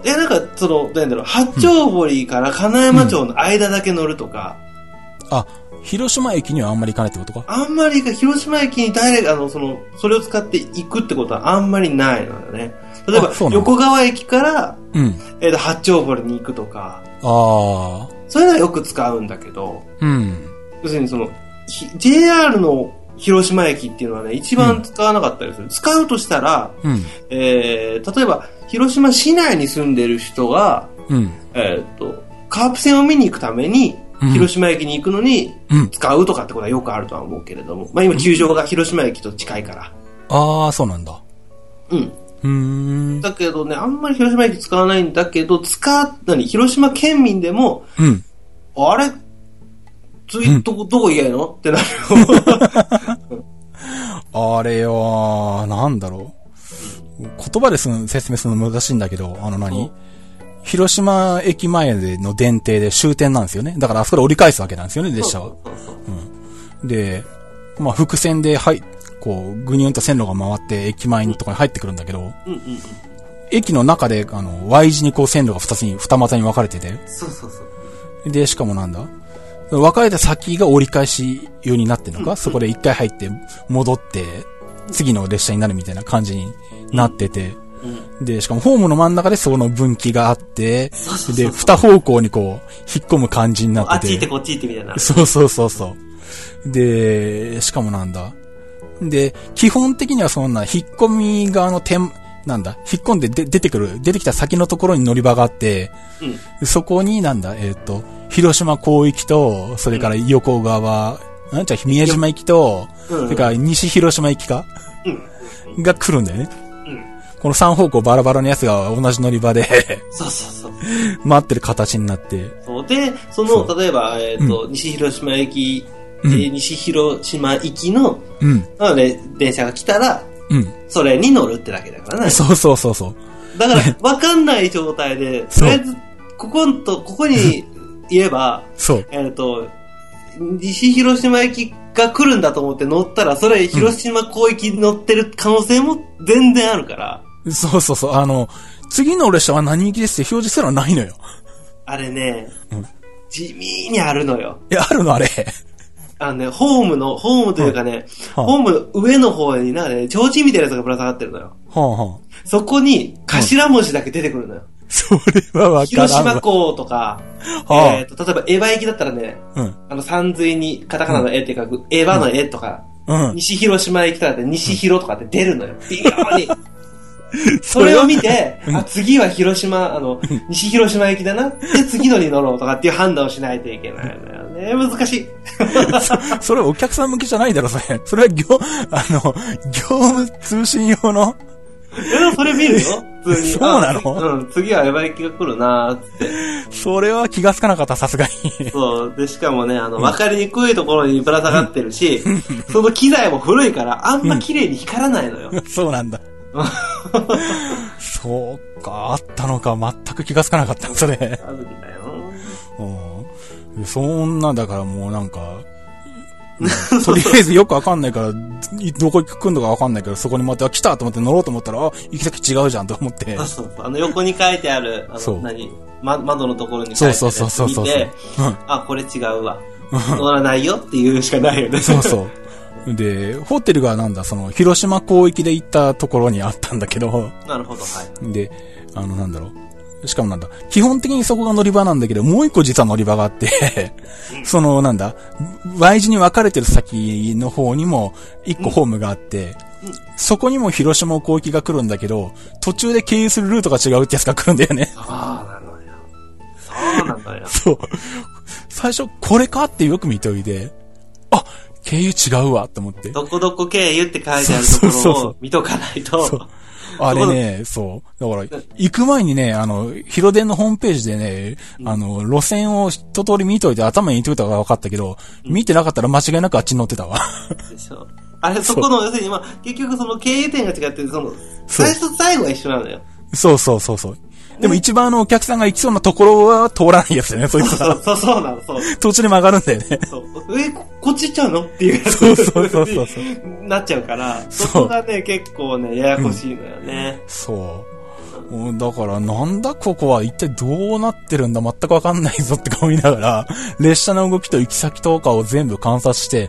え、なんか、その、なんだろう、八丁堀から金山町の間だけ乗るとか、あ、広島駅にはあんまり行かないってことか。あんまり、広島駅にダイレクト、あの、その、それを使って行くってことはあんまりないのよね。例えばあそう、なの横川駅から、うん。えっ、と、八丁堀に行くとか、あそういうのはよく使うんだけど、ー。うん。要するにその、ひ JR の広島駅っていうのはね、一番使わなかったりする。使うとしたら、うん。えー、例えば、広島市内に住んでる人が、うん。えーっと、カープ戦を見に行くためにうん、広島駅に行くのにうん。使うとかってことはよくあるとは思うけれども、まあ今球場が広島駅と近いから。あー、そうなんだ。うん。うーん。だけどね、あんまり広島駅使わないんだけど、使ったり、広島県民でも、うん。あれつうい、んどこ、どこ行けばいいのってなるよ。あれよー、なんだろう。言葉ですん説明するの難しいんだけど、あのそ何う広島駅前での電停で終点なんですよね。だからあそこで折り返すわけなんですよね、列車は。そうそうそうで、まあ、伏線で、はい、こう、ぐにゅんと線路が回って駅前のとこに入ってくるんだけど、うんうんうん。駅の中で、あの、Y 字にこう線路が二つに、二股に分かれてて、そうそうそう。で、しかもなんだ分かれた先が折り返し用になってるのか、そこで一回入って、戻って、次の列車になるみたいな感じになってて、うん。で、しかもホームの真ん中でその分岐があってうそ、うそうで、二方向にこう、引っ込む感じになあっっちて行ってて。こっち行ってみたいな。そうそうそうそう。で、しかもなんだ。で、基本的にはそんな引っ込み側の点、なんだ、引っ込んでで出てくる、出てきた先のところに乗り場があって、うん。そこになんだ、えっ、と、広島広域と、それから横川、なんちゃ、宮島行きと、うんそれから西広島行きかうん。が来るんだよね。うん。この3方向バラバラのやつが同じ乗り場で そうそうそう。待ってる形になって。そうで、そその、例えば、えっ、と、西広島駅、うんえー西広島行きの、うん。まあね、電車が来たら、うん。それに乗るってだけだからね。そうそうそうそう。だから、わかんない状態で、 そとうりあえず、ここと、ここに言えば、そう。えっ、と、西広島行きが来るんだと思って乗ったら、それ広島広域に乗ってる可能性も全然あるから、そうそうそう、あの、次の列車は何行きですって表示すらないのよ。あれね、地味にあるのよ。え、あるのあれ。あのね、ホームの、ホームというかね、はいホームの上の方になんかね、提灯みたいなやつがぶら下がってるのよ。はあ、はあ、そこに頭文字だけ出てくるのよ。それはわからん広わ。島港とか、はあえーと、例えばエヴァ駅だったらね、うん。あの、山水にカタカナの絵って書く、エヴァの絵とか、うん。西広島駅とかって西広とかって出るのよ。微妙 に。それを見て、あ、次は広島、あの、西広島駅だな。で、次のに乗ろうとかっていう判断をしないといけないのよね。難 しい。そ それはお客さん向けじゃないだろ、それ。 それは業、あの、業務通信用の、 でもそれ見るよ。普通に。そうなのあうん、次はエヴァ駅が来るな つって。それは気がつかなかった、さすがに。 そう。で、しかもね、あの、わかりにくいところにぶら下がって るし、その機材も古いから、あんま綺麗に光らないのよ。そうなんだ。そうか、あったのか、全く気がつかなかった、それ。あずきだよ。うん。そんな、だからもうなんか、とりあえずよくわかんないから、いどこ来んのかわかんないけど、そこにまた来たと思って乗ろうと思ったら、あ、行き先違うじゃんと思ってそう。そうそう。あの、横に書いてある、あそうの、何、ま、窓のところにそ書いうてあそうるそうやつそう見そう。て、うんあ、これ違うわ。乗らないよっていうしかないよね。そうそう。で、ホテルがなんだ、その、広島広域で行ったところにあったんだけど、 なるほど、はい。で、あの、なんだろう。しかもなんだ、基本的にそこが乗り場なんだけど、もう一個実は乗り場があって、その、なんだ、Y 字に分かれてる先の方にも、一個ホームがあって、そこにも広島広域が来るんだけど、途中で経由するルートが違うってやつが来るんだよね。 そうなのよ。そうなのよ。そう。最初、これかってよく見ておいて、あ、経由違うわと思って。どこどこ経由って書いてあるところをそうそうそう見とかないと。そう あれね、そう。だから、行く前にね、あの、広電のホームページでね、あの、路線を一通り見といて頭に入れといたが分かったけど、見てなかったら間違いなくあっちに乗ってたわ。 でしょ。あれ、そこの、要するに、まあ、結局その経営点が違って、その、そう最初と最後は一緒なのよ。そうそうそうそう。でも一番あの、お客さんが行きそうなところは通らないやつだよね、そいつそが。うそう、そうなの、そう。途中で曲がるんだよね。そうえ、ここっち行っちゃうのっていうやつそうそうそうそうそ になっちゃうから、そうそこがね、結構ね、ややこしいのよね。そううん。だから、なんだここは一体どうなってるんだ全くわかんないぞって顔見ながら、 列車の動きと行き先とかを全部観察して、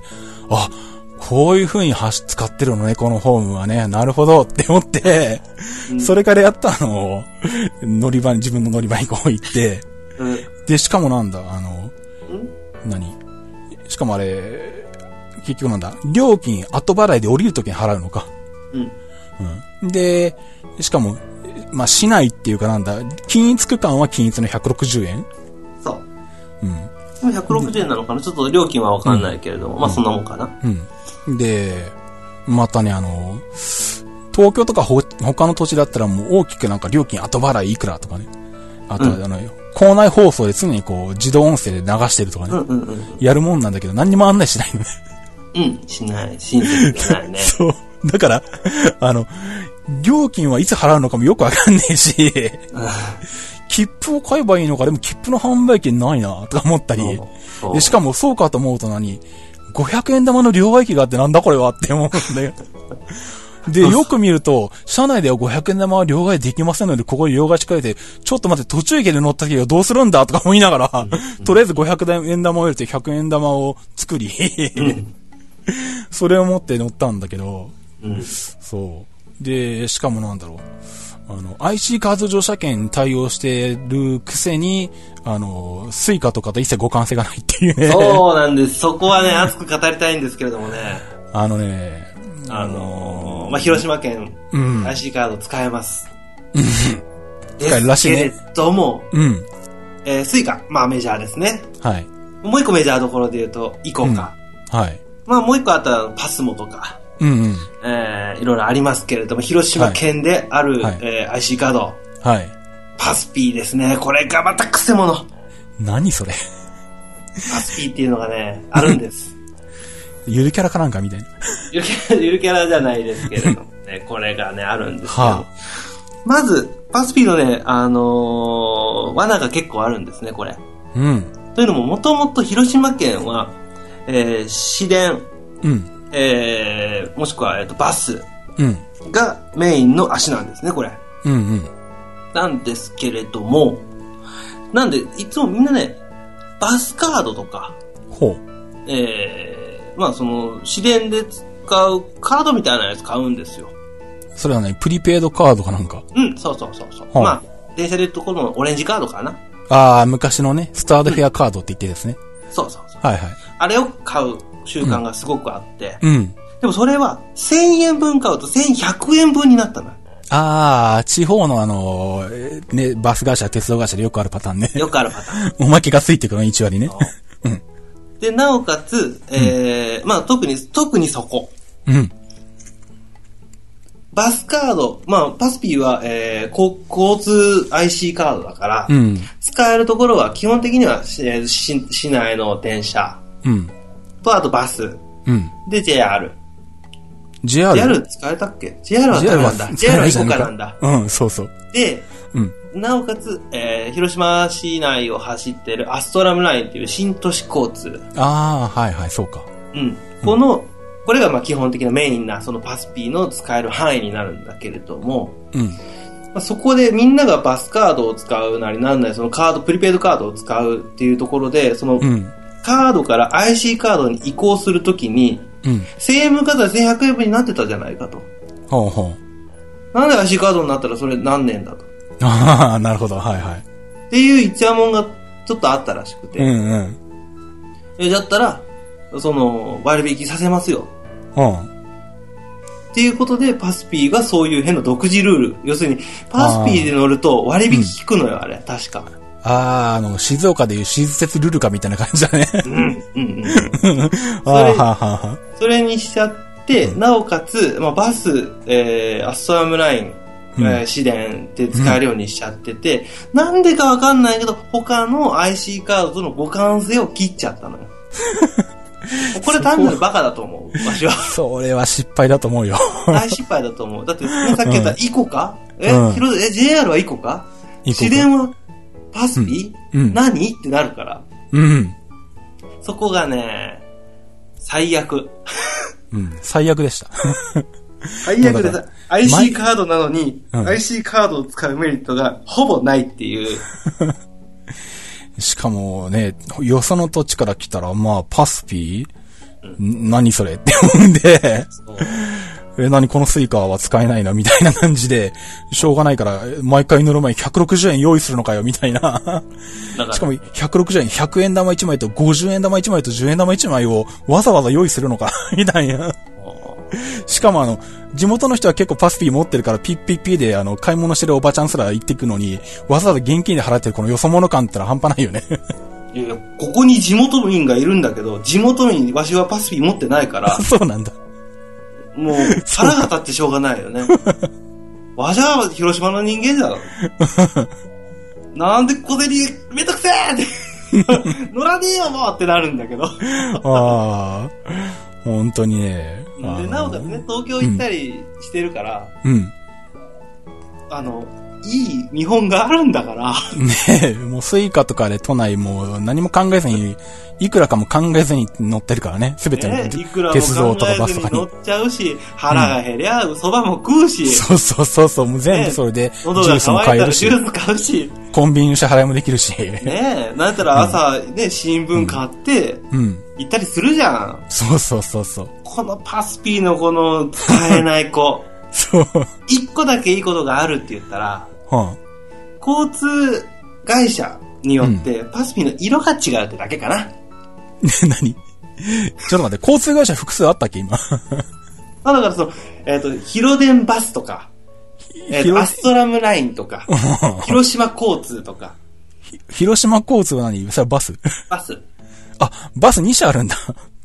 あ、こういう風に橋使ってるのね、このホームはね。なるほどって思って、それからやったのを、乗り場に、自分の乗り場にこう行って、うん。で、しかもなんだ、あの、何しかもあれ、結局なんだ、料金後払いで降りるときに払うのか。うん。うん。で、しかも、まあ、市内っていうかなんだ、均一区間は均一の160円そう。うん。でも160円なのかなちょっと料金はわかんないけれども、まあそんなもんかな。うん。で、またね、あの、東京とかほ他の土地だったらもう大きくなんか料金後払いいくらとかね。あとは、あの、校内放送で常にこう、自動音声で流してるとかね。うんうんうん。やるもんなんだけど、何にも案内しないのね。うん、しない。親切じゃないね。そう。だから、あの、料金はいつ払うのかもよくわかんねえし、切符を買えばいいのか、でも切符の販売券 ないな、とか思ったりそう。そうでしかもそうかと思うと何 ?500 円玉の両替機があってなんだこれはって思うんだよ。で、よく見ると、車内では500円玉は両替できませんので、ここに両替しかえて、ちょっと待って、途中駅で乗った時はどうするんだとか思いながら、とりあえず500円玉を入れて100円玉を作り、それを持って乗ったんだけど、うん。そう。で、しかもなんだろう。あの、IC カード乗車券に対応してるくせに、あの、スイカとかと一切互換性がないっていうね。そうなんです。そこはね、熱く語りたいんですけれどもね。 あのね、あのー、まあ、広島県、ん IC カード使えます。で使えるらしいねすけれども、うん。えー、スイカ、まあメジャーですね。はい。もう一個メジャーどころで言うと、イコカ。はい。まあもう一個あったら、パスモとか、うんうん。えー、いろいろありますけれども、広島県である、はいえー、IC カード、はい。パスピーですね。これがまたクセモノ。何それ。 パスピーっていうのがね、あるんです。ゆるキャラかなんかみたいな。ゆるキャラ、ゆるキャラじゃないですけれどもね、 これがね、あるんですけどはまず、パスピーのね、あのー、罠が結構あるんですね、これ。あ。うん。というのも、もともと広島県は、えー、市電、うん。えー、もしくは、えっとバスうん。がメインの足なんですね、これ。うんうん。なんですけれども、なんで、いつもみんなね、バスカードとか、ほう。えー、まあその、市電で使うカードみたいなやつ買うんですよ。それはね、プリペイドカードかなんか。うん、そうそうそうそう。はいまあ、電車で言うところのオレンジカードかな。ああ、昔のね、スタードフェアカードって言ってですね。そうそうそう。はいはい。あれを買う習慣がすごくあって、うん。でもそれは1000円分買うと1100円分になったのよ。ああ、地方のあのーえーね、バス会社、鉄道会社でよくあるパターンね。 よくあるパターン。おまけがついてくるの、1割ね。で、なおかつ、えーまあ特に、特にそこ。うん。バスカード、まあパスピーは、えー、こ交通 IC カードだから、うん。使えるところは基本的にはしえーし市内の電車うん。とあとバスうん。で JR。 JR。 JR 使えたっけ ?JR はダメなんだ。JR はイコカなんだ。。うん、そうそう。で、うん。なおかつ、えー広島市内を走ってるアストラムラインっていう新都市交通。ああ、はいはい、そうか。うん。この、これがまあ基本的なメインな、そのパスピーの使える範囲になるんだけれども、うん。まあ、そこでみんながバスカードを使うなりなんなり、そのカード、プリペイドカードを使うっていうところで、そうのん。カードから IC カードに移行するときに、うん。 1000円分かったら1100円分になってたじゃないかと。ほうほう。 なんで IC カードになったらそれ何年だと。ああ、なるほど、はいはい。っていう一夜もんがちょっとあったらしくて、うんうん。えだったら、その、割引させますよ。うん。っていうことで、パスピーがそういう変な独自ルール。要するに、パスピーで乗ると割引効くのよ、あれ。確か。ああ、あの、静岡でいう親切ルルカみたいな感じだね。うん、うん、うん。ああ、はあはあはそれにしちゃって、なおかつ、まあ、バス、えー、アストラムライン、えうんー、市電で使えるようにしちゃってて、なんでかわかんないけど、他の IC カードとの互換性を切っちゃったのよ。これ単なるバカだと思う、わしは。あ。それは失敗だと思うよ。 大失敗だと思う。だって、ね、さっき言った、イコかえ、うん広え、JR はイコかイコか市電はパスピ、うんうん何ってなるから。うん。そこがね、最悪。うん。最悪でした。最悪でさ、毎 IC カードなのに、うん IC カードを使うメリットがほぼないっていう。しかもね、よその土地から来たら、まあ、パスピーん何それって思うんで、え、何このスイカは使えないのみたいな感じで、しょうがないから、毎回乗る前に160円用意するのかよみたいな。だからしかも、160円、100円玉1枚と50円玉1枚と10円玉1枚をわざわざ用意するのか みたいな。しかもあの、地元の人は結構パスピー持ってるから、ピッピッピーであの、買い物してるおばちゃんすら行ってくのに、わざわざ現金で払ってるこのよそ者感ってのは半端ないよね。 いやいやここに地元民がいるんだけど、地元民、わしはパスピ持ってないから、そうなんだ。もう腹が立ってしょうがないよね。わしは広島の人間だろ。なんでこれにめんどくせえっ て乗らねえよもうってなるんだけど。ああ、本当にね。あでのなおかつね、東京行ったりしてるから、うん。 あの、いい見本があるんだから、ねえ、もうスイカとかで都内もう何も考えずに、いくらかも考えずに乗ってるからね。すべての、ね、いくらも鉄道と考かバえスずとにか乗にっ。ちゃうし、腹が減りゃ、そばも食うし、そうそうそうそう、もう全部それで、ジュ喉がースも渇買えいたらるジしュ、ース買うし、コンビニの支払いもできるし。 ねえ、なんやったら朝ね、新聞買って、うん。行ったりするじゃん。そうそうそうそう。このパスピーのこの使えない子、 そう。一個だけいいことがあるって言ったら、は交通会社によって、パスピーの色が違うってだけかな。 あ、ね、何 ちょっと待って、交通会社複数あったっけ今。 まあだからその、えっ、と、広電バスとか、えーと、広アストラムラインと か、広島交通とか、広島交通は何それはバス バス。あ、バス2社あるんだ。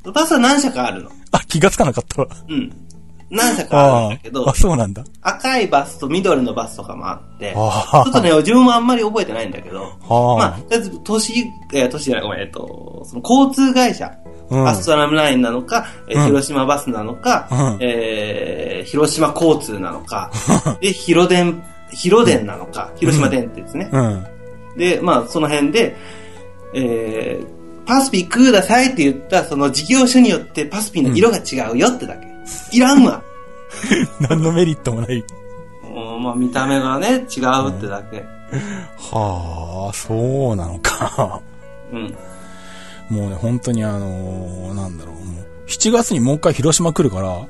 バスは何社かあるの。あ、気がつかなかったわ。うん。何社かあるあんあだけどあ、、そうなんだ。赤いバスと緑のバスとかもあって、ちあょっとね、自分もあんまり覚えてないんだけ ど、あまあ、とりあえず、都市、えー都市じゃない、ごめん、えっと、その交通会社、うんアストラムラインなのか、えーうん広島バスなのか、うんえー広島交通なの か、で、広電、広電なのか、広島電鉄ね。うん。 で、まあ、その辺で、えー、パスピくださいって言った、その事業所によってパスピの色が違うよってだけ。いらんわ。何のメリットもない。うんまあ、見た目がね、違うってだけ。はあ、そうなのか。うん。 もうね、本当にあのーなんだろう、もう、7月にもう一回広島来るから、も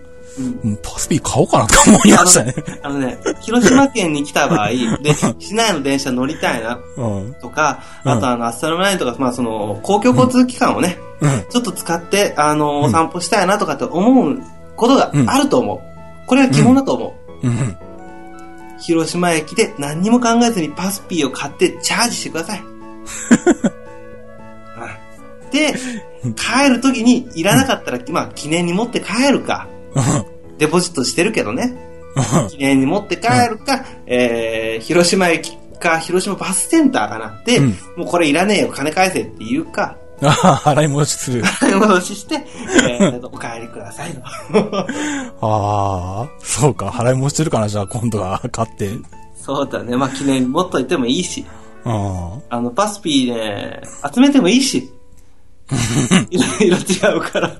うんうパスピー買おうかなと思いましたね。あのね、広島県に来 た場合、で、市内の電車乗りたいなうん。うん。とか、うんあとあの、アスタルマラインとか、まあその、公共交通機関をね、ちょっと使って、あの、お散歩したいなとかって思うことがあると思う。これは基本だと思う。うん。広島駅で何にも考えずにパスピーを買ってチャージしてくだ さい。はいで、帰るときにいらなかったら、まあ記念に持って帰るか。デポジットしてるけどね。記念に持って帰るか、えー、広島駅か、広島バスセンターかなって、うんもうこれいらねえよ、金返せって言うか、 あ あ、払い戻しす る。買い戻しして、えー、 お帰りくださいと。 ああ、そうか、払い戻してるかな、じゃあ今度は買って。そうだね。まあ、記念に持っといてもいいし、うん。あの、パスピーね、集めてもい いし、いろいろ違うから。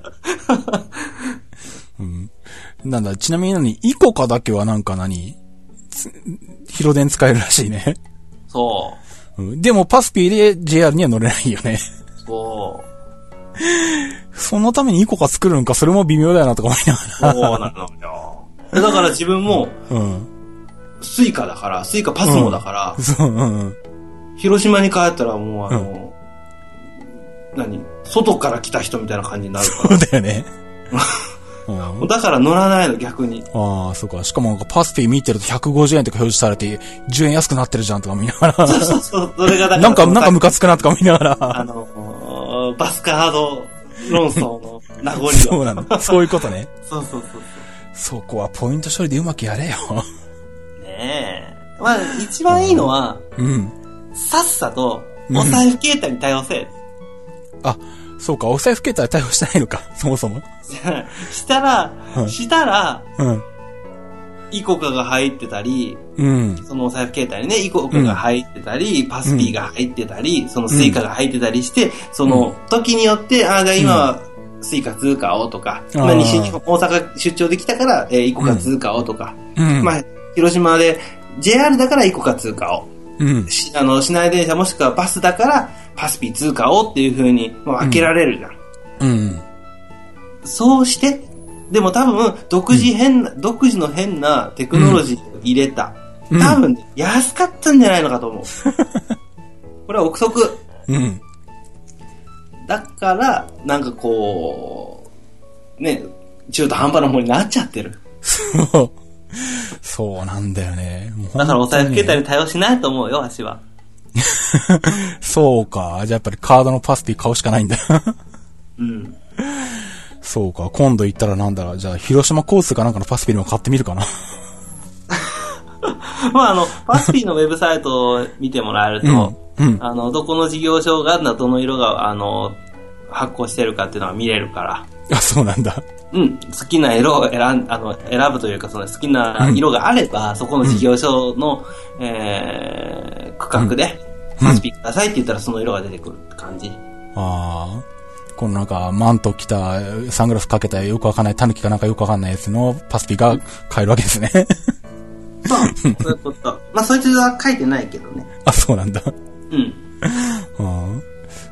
なんだ、ちなみに何、イコカだけはなんか何つ広電使えるらしいね。そう。うんでもパスピーで JR には乗れないよね。 そう。そのためにイコカ作るのか、それも微妙だよなとか思いなそがうなの よ。だから自分も、ら。うん。 スイカだから、スイカパスモだから、そう、うんうん。広島に帰ったらもうあの、何外から来た人みたいな感じになるかそうだよ ね。うんら。だ から乗らないの逆に。ああ、そうか。しかもなんかパスピー見てると150円とか表示されて、10円安くなってるじゃんとか見なが。そうそうそう、それがだからら。 なんか、そのなんかムカつくなとか見ながあ ら。の、バスカード論争 の名残を。そうなんだ。そういうことね。そうそうそうそこはポイント処理でうまくやれよ。 そう。ねえ。まあ、一番いいのは、うん。さっさと、お財布携帯に対応せ。あ、そうか。お財布携帯対応してないのか。そもそも。 したらう、んしたら、うん。イコカが入ってたり、うん。そのお財布携帯にね、イコカが入ってたり、パスピーが入ってたり、そのスイカが入ってたりして、その時によって、ああ、じゃあ今はスイカ通貨をとか、あーまあ西日本、大阪出張できたから、えーイコカ通貨をとか、うん。まあ、広島で JR だからイコカ通貨を、うん。しあの、市内電車もしくはバスだからパスピー通貨をっていう風に、まあ、分けられるじゃん。うん。そうして、でも多分、独自変な、独自の変なテクノロジーを入れた。うん多分、安かったんじゃないのかと 思う。これは憶測。うん。だから、なんかこう、ね、中途半端なものになっちゃってる。そう。 そうなんだよね。 もう本当だにからお財布携帯に対応しないと思うよ、わしは。そうか。じゃあやっぱりカードのパスピー買うしかないんだ。 うん。そうか。今度行ったらなんだろう。じゃあ、広島コースかなんかのパスピーでも買ってみるかな。 まああの、パスピーのウェブサイトを見てもらえると、うん。うん。あの、どこの事業所が、どの色が、あの、発行してるかっていうのは見れるから。あ、そうなんだ。うん、好きな色を選んあの選ぶというか、その好きな色があれば、そこの事業所の、えー、区画で、パスピーくださいって言ったらその色が出てくるって感じ。ああ。このなんか、マント着た、サングラスかけたよくわかんない、タヌキかなんかよくわかんないやつのパスピーが買えるわけですね。 そう、そういうこと。 まあ、そいつは書いてないけどね。あ、そうなんだ。うん。うん。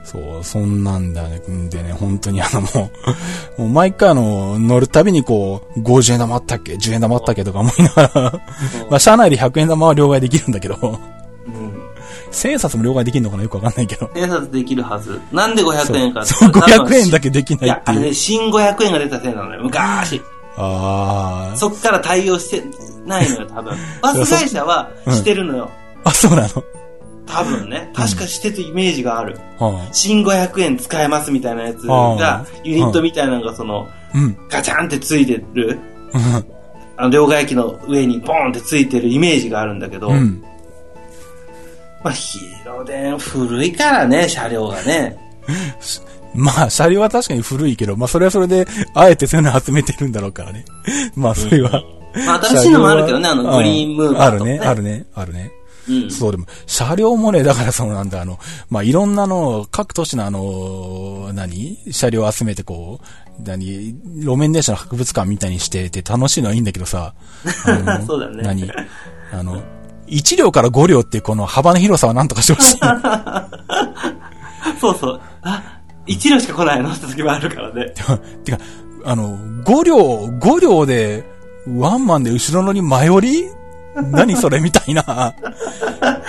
そう、そんなんだね。んでね、本当にあの もう、もう毎回あの、乗るたびにこう、50円玉あったっけ ?10 円玉あったっけとか思いながら、まあ、車内で100円玉は両替できるんだけど、うん。 1000円札も両替できるのかなよくわかんないけど。偵察できるはず。なんで500円かってそう、500円だけけできないいやっ、てあれいうね、。新500円が出たせいなのよ、昔。ああ。そっから対応してないのよ、 多分。バス会社はしてるのよ。あ、そうなの。多分ね。確かしてるイメージがある。は新500円使えますみたいなやつがあ、ユニットみたいなのがその、あ、うん。ガチャンってついてる、うあの、両替機の上にボーンってついてるイメージがあるんだけど、ん。うん。まあ、広電古いからね、車両がね。 まあ、車両は確かに古いけど、まあ、それはそれで、あえてそういうの集めてるんだろうからね。 まあ、それは。まあ、新しいのもあるけどね、あの、グリーンムーブあとるかね、あるね、あるね。うんそう、でも、車両もね、だからそのなんだ、あの、まあ、いろんなの、各都市のあの、何車両を集めてこう、何路面電車の博物館みたいにしてて楽しいのはいいんだけどさ、あの そうだね何あの、1両から5両っていうこの幅の広さはなんとかして ほしい。そうそう。あ、一両しか来ないのって時もあるか らね。てか、あの、5両、5両で、ワンマンで後ろ乗り前折 り何それみたいな。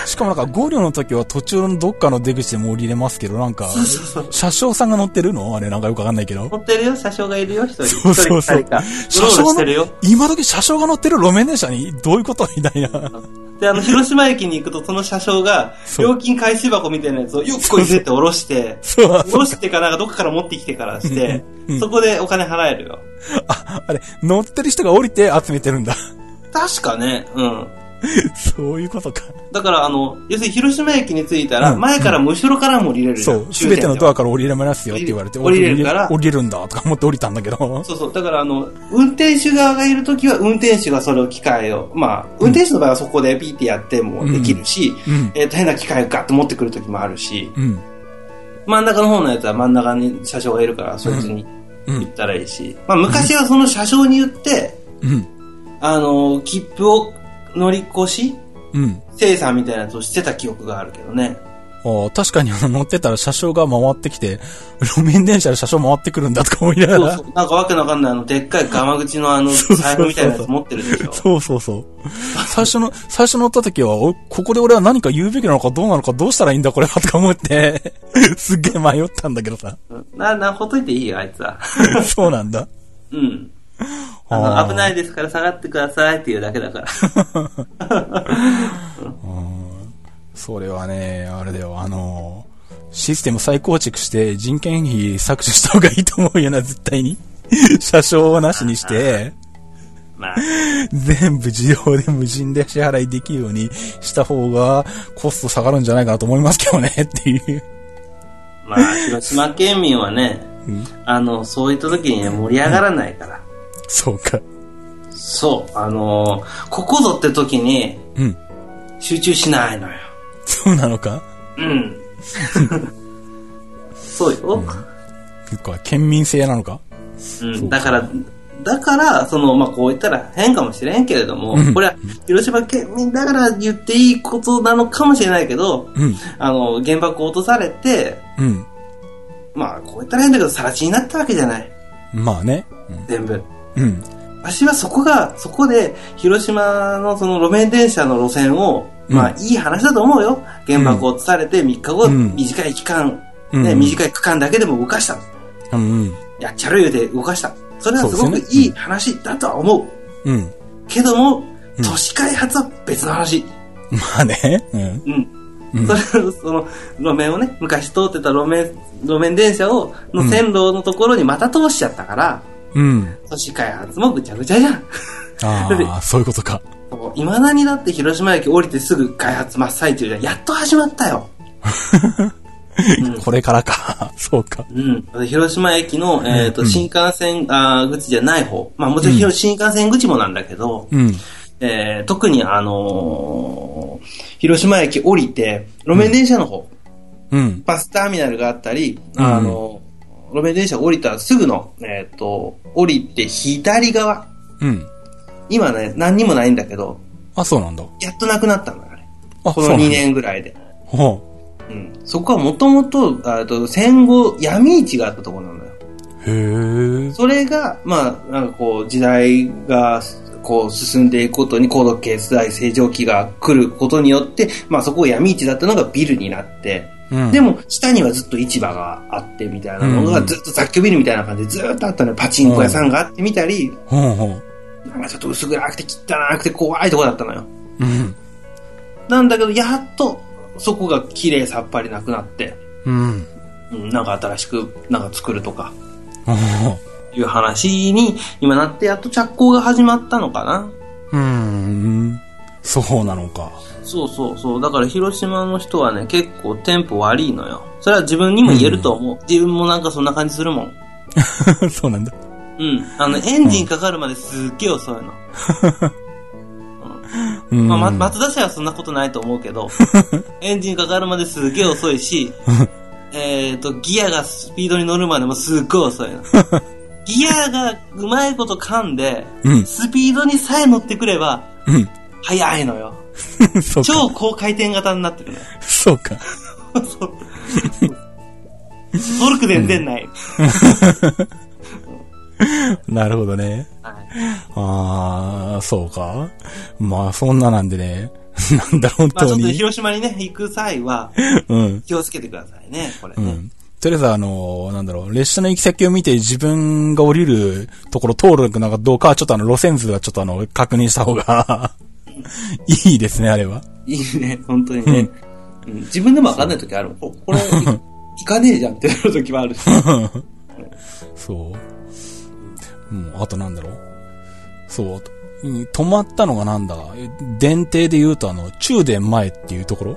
しかもなんか5両の時は途中のどっかの出口でも降りれますけど、なんか、そうそうそう。車掌さんが乗ってるのあれなんかよくわかんないけど乗。ってるよ、車掌がいるよ、一人。そうそう そう一人車か二人か。うろう掌ろしてるよの。、今時車掌が乗ってる路面電車にどういうことみたいな。 で、あの、広島駅に行くと、その車掌が、そう料金回収箱みたいなやつを、ゆっこいせって下 ろして、そう、 下ろしてかなんかどっかから持ってきてからしてうん、そこでお金払えるよ。あ、あれ、乗ってる人が降りて集めてるんだ。 確かね、うん。そういうことか。だから、あの、要するに広島駅に着いたら、うん前からも後ろからも降りれるじゃそんう、すべてのドア。アから降りれますよって言われて、降りれるから降りるんだとか思って降りたんだけど。そうそう。だから、あの、運転手側がいるときは、運転手がそれを機械を、まあ、運転手の場合はそこでピーってやってもできるし、うん。えー、変な機械をガッと持ってくるときもあるし、うん。真ん中の方のやつは真ん中に車掌がいるから、そいつにう言っん。たらいいし、まあ、昔はその車掌に言って、うん。あの、切符を乗り越し、うん。生産みたいなやつをしてた記憶があるけどね。ああ確かにあの乗ってたら車掌が回ってきて、路面電車で車掌回ってくるんだとか思いながそうらそ。う。なんかわけのわかん ない、あの、でっかいガマ口のあの、そうそうそう財布みたいなやつ持ってるでしょ。そうそうそう。最初の、最初乗った時は、おここで俺は何か言うべきなのかどうなのかどうしたらいいんだこれはとか思って、すっげえ迷ったんだけどさ。な、な、ほっといていいよ、あいつは。そうなんだ。うん。ああーの、危ないですから下がってくださいっていうだけ だから。それはね、あれだよ、あのシステム再構築して人件費搾取した方がいいと思うよな、絶対に。車掌はなしにして。まあ、 全部自動で無人で支払いできるようにした方がコスト下がるんじゃないかなと思いますけどね、 っていう。まあ、広島県民はね、うんあの、そういった時にね、盛り上がらないから。そうか。そう、あのーここぞって時にうん。集中しないのよ。そうなのか うん。そうよ。結構、県民性なのかうん。そうかだから、だから、その、まあ、こう言ったら変かもしれんけれども、これは広島県民だから言っていいことなのかもしれないけど、うん。あの、原爆を落とされて、うん。まあ、こう言ったら変だけど、さら地になったわけじゃない。まあね。全部。うん。うん。私はそこが、そこで、広島のその路面電車の路線を、うんまあ、いい話だと思うよ。原爆を落とされて、3日後、うん短い期間、うんね、短い区間だけでも動かした。うん。やっちゃる言うて動かした。それはすごそうくですねいい話だとは思う。うん。けども、ん都市開発は別の話。まあね。うん。うん。うんそれその、路面をね、昔通ってた路面、路面電車を、の線路のところにまた通しちゃったから、うん。都市開発もぐちゃぐちゃじゃん。ああ、そういうことか。いまだにだって広島駅降りてすぐ開発真っ最中じゃん。やっと始まったよ。これからか。 そうか。うん。広島駅の、えっ、と、うん新幹線あー口じゃない方。まあもちろん広、新幹線口もなんだけど、うん。えー特にあのー広島駅降りて、路面電車の方、うん。バスターミナルがあったり、うんあのー路面電車降りたらすぐの、えっ、と、降りて左側。うん。今ね、何にもないんだけど、あ、そうなんだ。やっとなくなったのよ、あれ。あ、こそうのな2んだ。年ぐらいで。ほうん、そこはもともと、あと戦後闇市があったところなのよ。う。へえ。それが、まあ、なんかこう、時代が、こう、進んでいくことに、高度経済成長期が来ることによって、まあそこを闇市だったのがビルになって、うん。でも、下にはずっと市場があってみたいなのうが、んずっと雑居ビルみたいな感じでずっとあったのよ。パチンコ屋さんがあってみたり、ほうほう。なんかちょっと薄暗くて汚くて怖いとこだったのよ。うん。なんだけど、やっと、そこが綺麗さっぱりなくなって、うん。うんなんか新しくなんか作るとかほうほう。いう話に今なってやっと着工が始まったのかなうーん。そうなのか。 そうそうそうだから広島の人はね結構テンポ悪いのよそれは自分にも言えると思う、自分もなんかそんな感じするもんそうなんだ。うんあのエンジンかかるまですっげえ遅いの、うんうんまあ、ま松田車はそんなことないと思う けど、エンジンかかるまですげえ遅いし、えっと、ギアがスピードに乗るまでもすっごい遅 いの。ギアがうまいこと噛んで、うん。スピードにさえ乗ってくれば、う速いのよ。ん。そうか。超高回転型になってるのよ。 そうか。そうトルク全然ない。なるほどね。はいあー、そうか。まあ、そんななんでね。 なんだ、本まあち当ょっとに。広島にね、行く際は、うん。気をつけてくださいね、これうね。ん。とりあえず、あのーなんだろう、列車の行き先を見て自分が降りるところ通るのかどうかは、ちょっとあの、路線図はちょっとあの、確認した方が、 いいですね、あれは。いいね、本当にね。うん自分でもわかんない時ある。おこれ、い行かねえじゃんってなる時もあるし。そう。うん、あとなんだろう。そう、あとうん止まったのがなんだえ電停で言うとあの、中電前っていうところ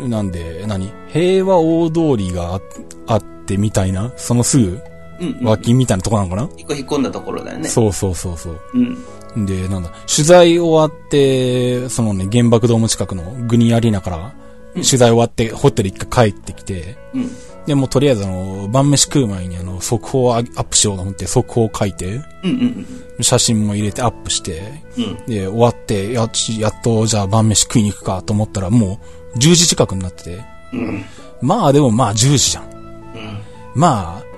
うん。なんで、何平和大通りがああってみたいなそのすぐうん、うん。脇みたいなとこなのかな、一個引っ込んだところだよね。そうそうそうそう。うん。で、なんだ、取材終わって、そのね、原爆ドーム近くのグニーアリーナから、取材終わって、ホテル一回帰ってきて、うん。で、もうとりあえずあの、晩飯食う前にあの、速報をアップしようと思って、速報を書いて、うんうん写真も入れてアップして、うん。うん。で、終わって、やっちやっと、じゃあ晩飯食いに行くかと思ったら、もう、10時近くになってて、うん。まあでもまあ10時じゃん。うん。まあ、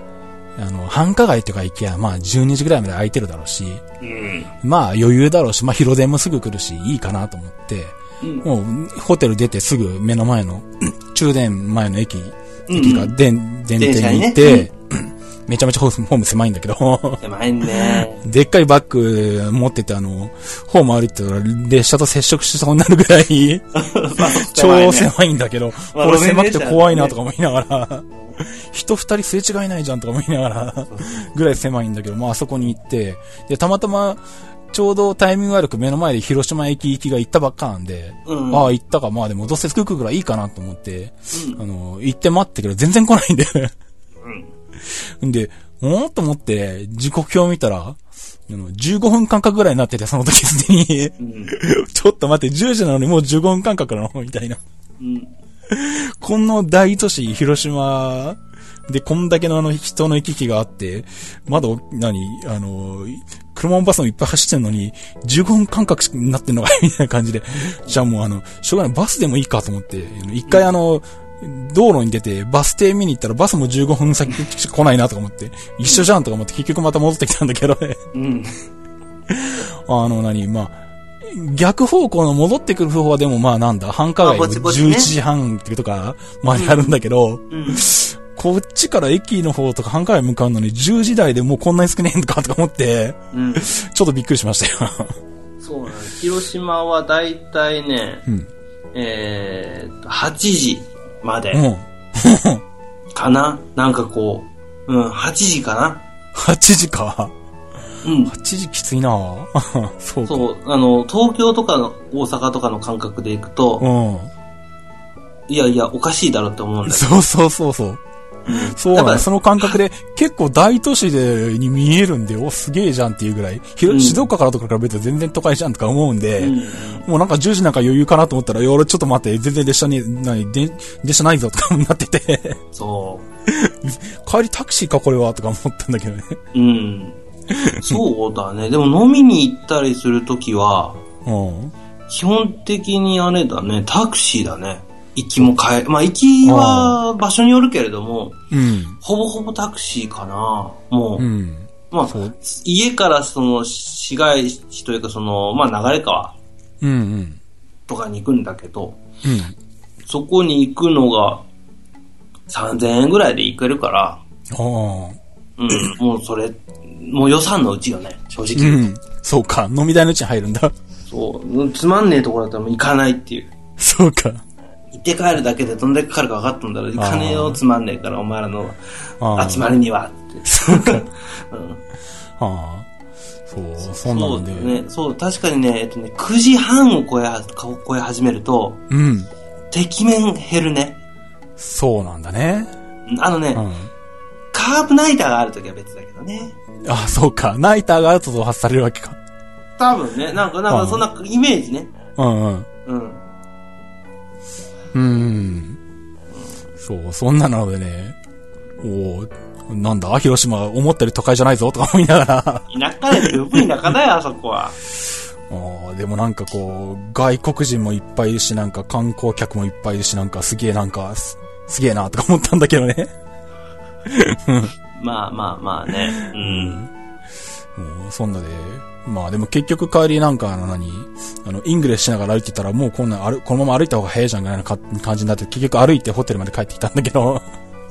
あの、繁華街とか行けば、まあ12時ぐらいまで空いてるだろうし、うん。まあ余裕だろうし、まあ広電もすぐ来るし、いいかなと思って、うんもうホテル出てすぐ目の前の、 中電前の駅、駅が電、電停に行って、電めちゃめちゃホームホーム狭いんだけど、狭いね。でっかいバッグ持ってて、あの、ホーム歩いてたら列車と接触しそうになるぐら い、超狭いんだけど、まあこれ路面狭く電て車怖いなとか思いながら、 人二人すれ違いないじゃんとか思いながら、ぐらい狭いんだけど、まああそこに行って、で、たまたま、ちょうどタイミング悪く目の前で広島駅行きが行ったばっかなんで、うんああ行ったか、まあでもどうせ着くぐらいいいかなと思って、うんあの、行って待ってけど全然来ないんで、んで、おーと思って、時刻表見たら、あの、15分間隔ぐらいになってて、その時すでに。うん。 ちょっと待って、10時なのにもう15分間隔なのみたいな。うん。この大都市、広島でこんだけのあの人の行き来があって、まだ、何、あの、車もバスもいっぱい走ってんのに、15分間隔になってんのかみたいな感じで。じゃあもうあの、しょうがない、バスでもいいかと思って、一回あの、道路に出て、バス停見に行ったらバスも15分先しか来ないなとか思って、一緒じゃんとか思って結局また戻ってきたんだけどね。うん。あの、何、まあ、逆方向の戻ってくる方はでもまあなんだ、繁華街まのあぼちぼちね11時半とかまであるんだけど、うん。こっちから駅の方とか繁華街向かうのに10時台でもうこんなに少ねえんかとか思って、うん。ちょっとびっくりしましたよ。そうなんです。広島はだいたいね、うん。えーっと、8時までうん。かな、なんかこう、うん、8時かな8時か。うん。 8時きついなそうか。そう、あの、東京とかの大阪とかの感覚で行くと、ういやいや、おかしいだろって思うんん。だけそうそうそうそう。そうやっなぱの。その感覚で、結構大都市で、に見えるんで、お、すげえじゃんっていうぐらい。ひろうん静岡からとかから別に全然都会じゃんとか思うんで、ど。うん。もうなんか10時なんか余裕かなと思ったら、いや俺ちょっと待って、全然列車に、なに、で列車ないぞとかになってて、 そ帰りタクシーかこれはとか思ったんだけどね。う。 うん。そうだね。でも飲みに行ったりするときは、うん。基本的にあれだね、タクシーだね。行きも帰、まあ行きは場所によるけれども、うん。ほぼほぼタクシーかな。もう、うん。まあそう、家からその市街地というかその、まあ流れ川うんうん。とかに行くんだけど、うん。そこに行くのが3000円ぐらいで行けるから、ああ。 うん、もうそれ、もう予算のうちよね、正う直。ん。そうか。飲み代のうちに入るんだ。そううん、つまんねえところだったらもう行かないっていう。そうか。行って帰るだけでどんだけかかるか分かったんだろう。あー金をつまんねえから、お前らのあ集まりには って。そうか。うん。ああ。そう、そんなそのうだで。ね。そう、確かにね、えっとね、9時半を超えは、超え始めると、うん。てきめん減るね。そうなんだね。あのね、うん。カーブナイターがあるときは別だけどね。あ、そうか。ナイターが後と発されるわけか。多分ね、なんか、なんかそんなイメージね。うんうん。うん。うん。そう、そんなのでね、おーなんだ、広島、思ってる都会じゃないぞ、とか思いながら。田舎だよ、ループ田 舎だよ、あそこは。あーでもなんかこう、外国人もいっぱいいるし、なんか観光客もいっぱいいるし、なんかすげえなんか、すすげえな、とか思ったんだけど ね。まあまあまあね。うん。もうそんなで、まあでも結局帰りなんかあの何、あの、イングレスしながら歩いてたらもうこんなん歩、このまま歩いた方が早いじゃんぐらいのか感じになって、結局歩いてホテルまで帰ってきたんだけ ど、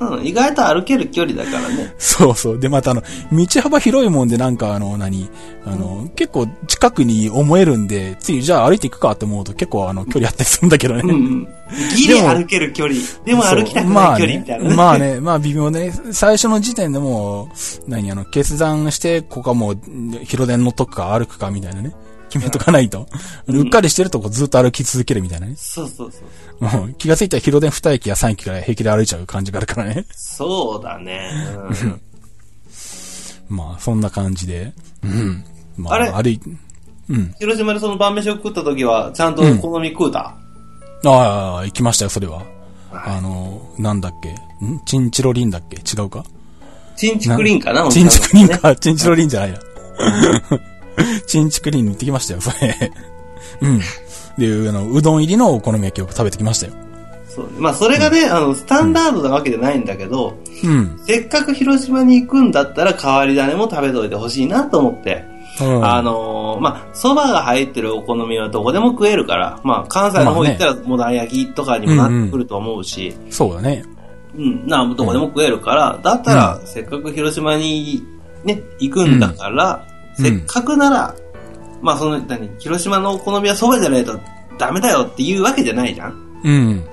うん、意外と歩ける距離だからね。そうそう。で、またあの、道幅広いもんでなんかあの何、あの、結構近くに思えるんで、ついじゃあ歩いていくかって思うと結構あの、距離あったりするんだけどね。うんうん。ギリ歩ける距離。でも歩きたくない距離みたいなね。まあね、まあね、まあ微妙ね。最初の時点でもう、何あの、決断して、ここはもう、広電のとこか歩くかみたいなね。決めとかないと。うっかりしてるとこずっと歩き続けるみたいなね。そうそうそう。もう気がついたら広電2駅や3駅から平気で歩いちゃう感じがあるからね。 そうだね。うん、まあ、そんな感じで。うん。まあれ歩い、うん。 広島でその晩飯を食った時は、ちゃんとお好み食うた、ああ、行きましたよ、それは。あの、なんだっけ。んチンチロリンだっけ違うかチンチクリンかなチンチクリン。お茶のねか、チンチロリンじゃない な。チンチクリンに行ってきましたよ、それ。うん。で、あの、うどん入りのお好み焼きを食べてきましたよ。そうね。まあ、それがね、あの、スタンダードなわけじゃないんだけど、うん。せっかく広島に行くんだったら、変わり種も食べといてほしいなと思って。うんあのーまあ、蕎麦が入ってるお好みはどこでも食えるから、まあ、関西の方行ったら、モダン焼きとかにもなってくると思うし、そうだね。うん、などこでも食えるから、だったら、せっかく広島にね、行くんだから、うんせっかくなら、まあ、その、何、広島のお好みは蕎麦じゃないとダメだよっていうわけじゃないじゃん。うん。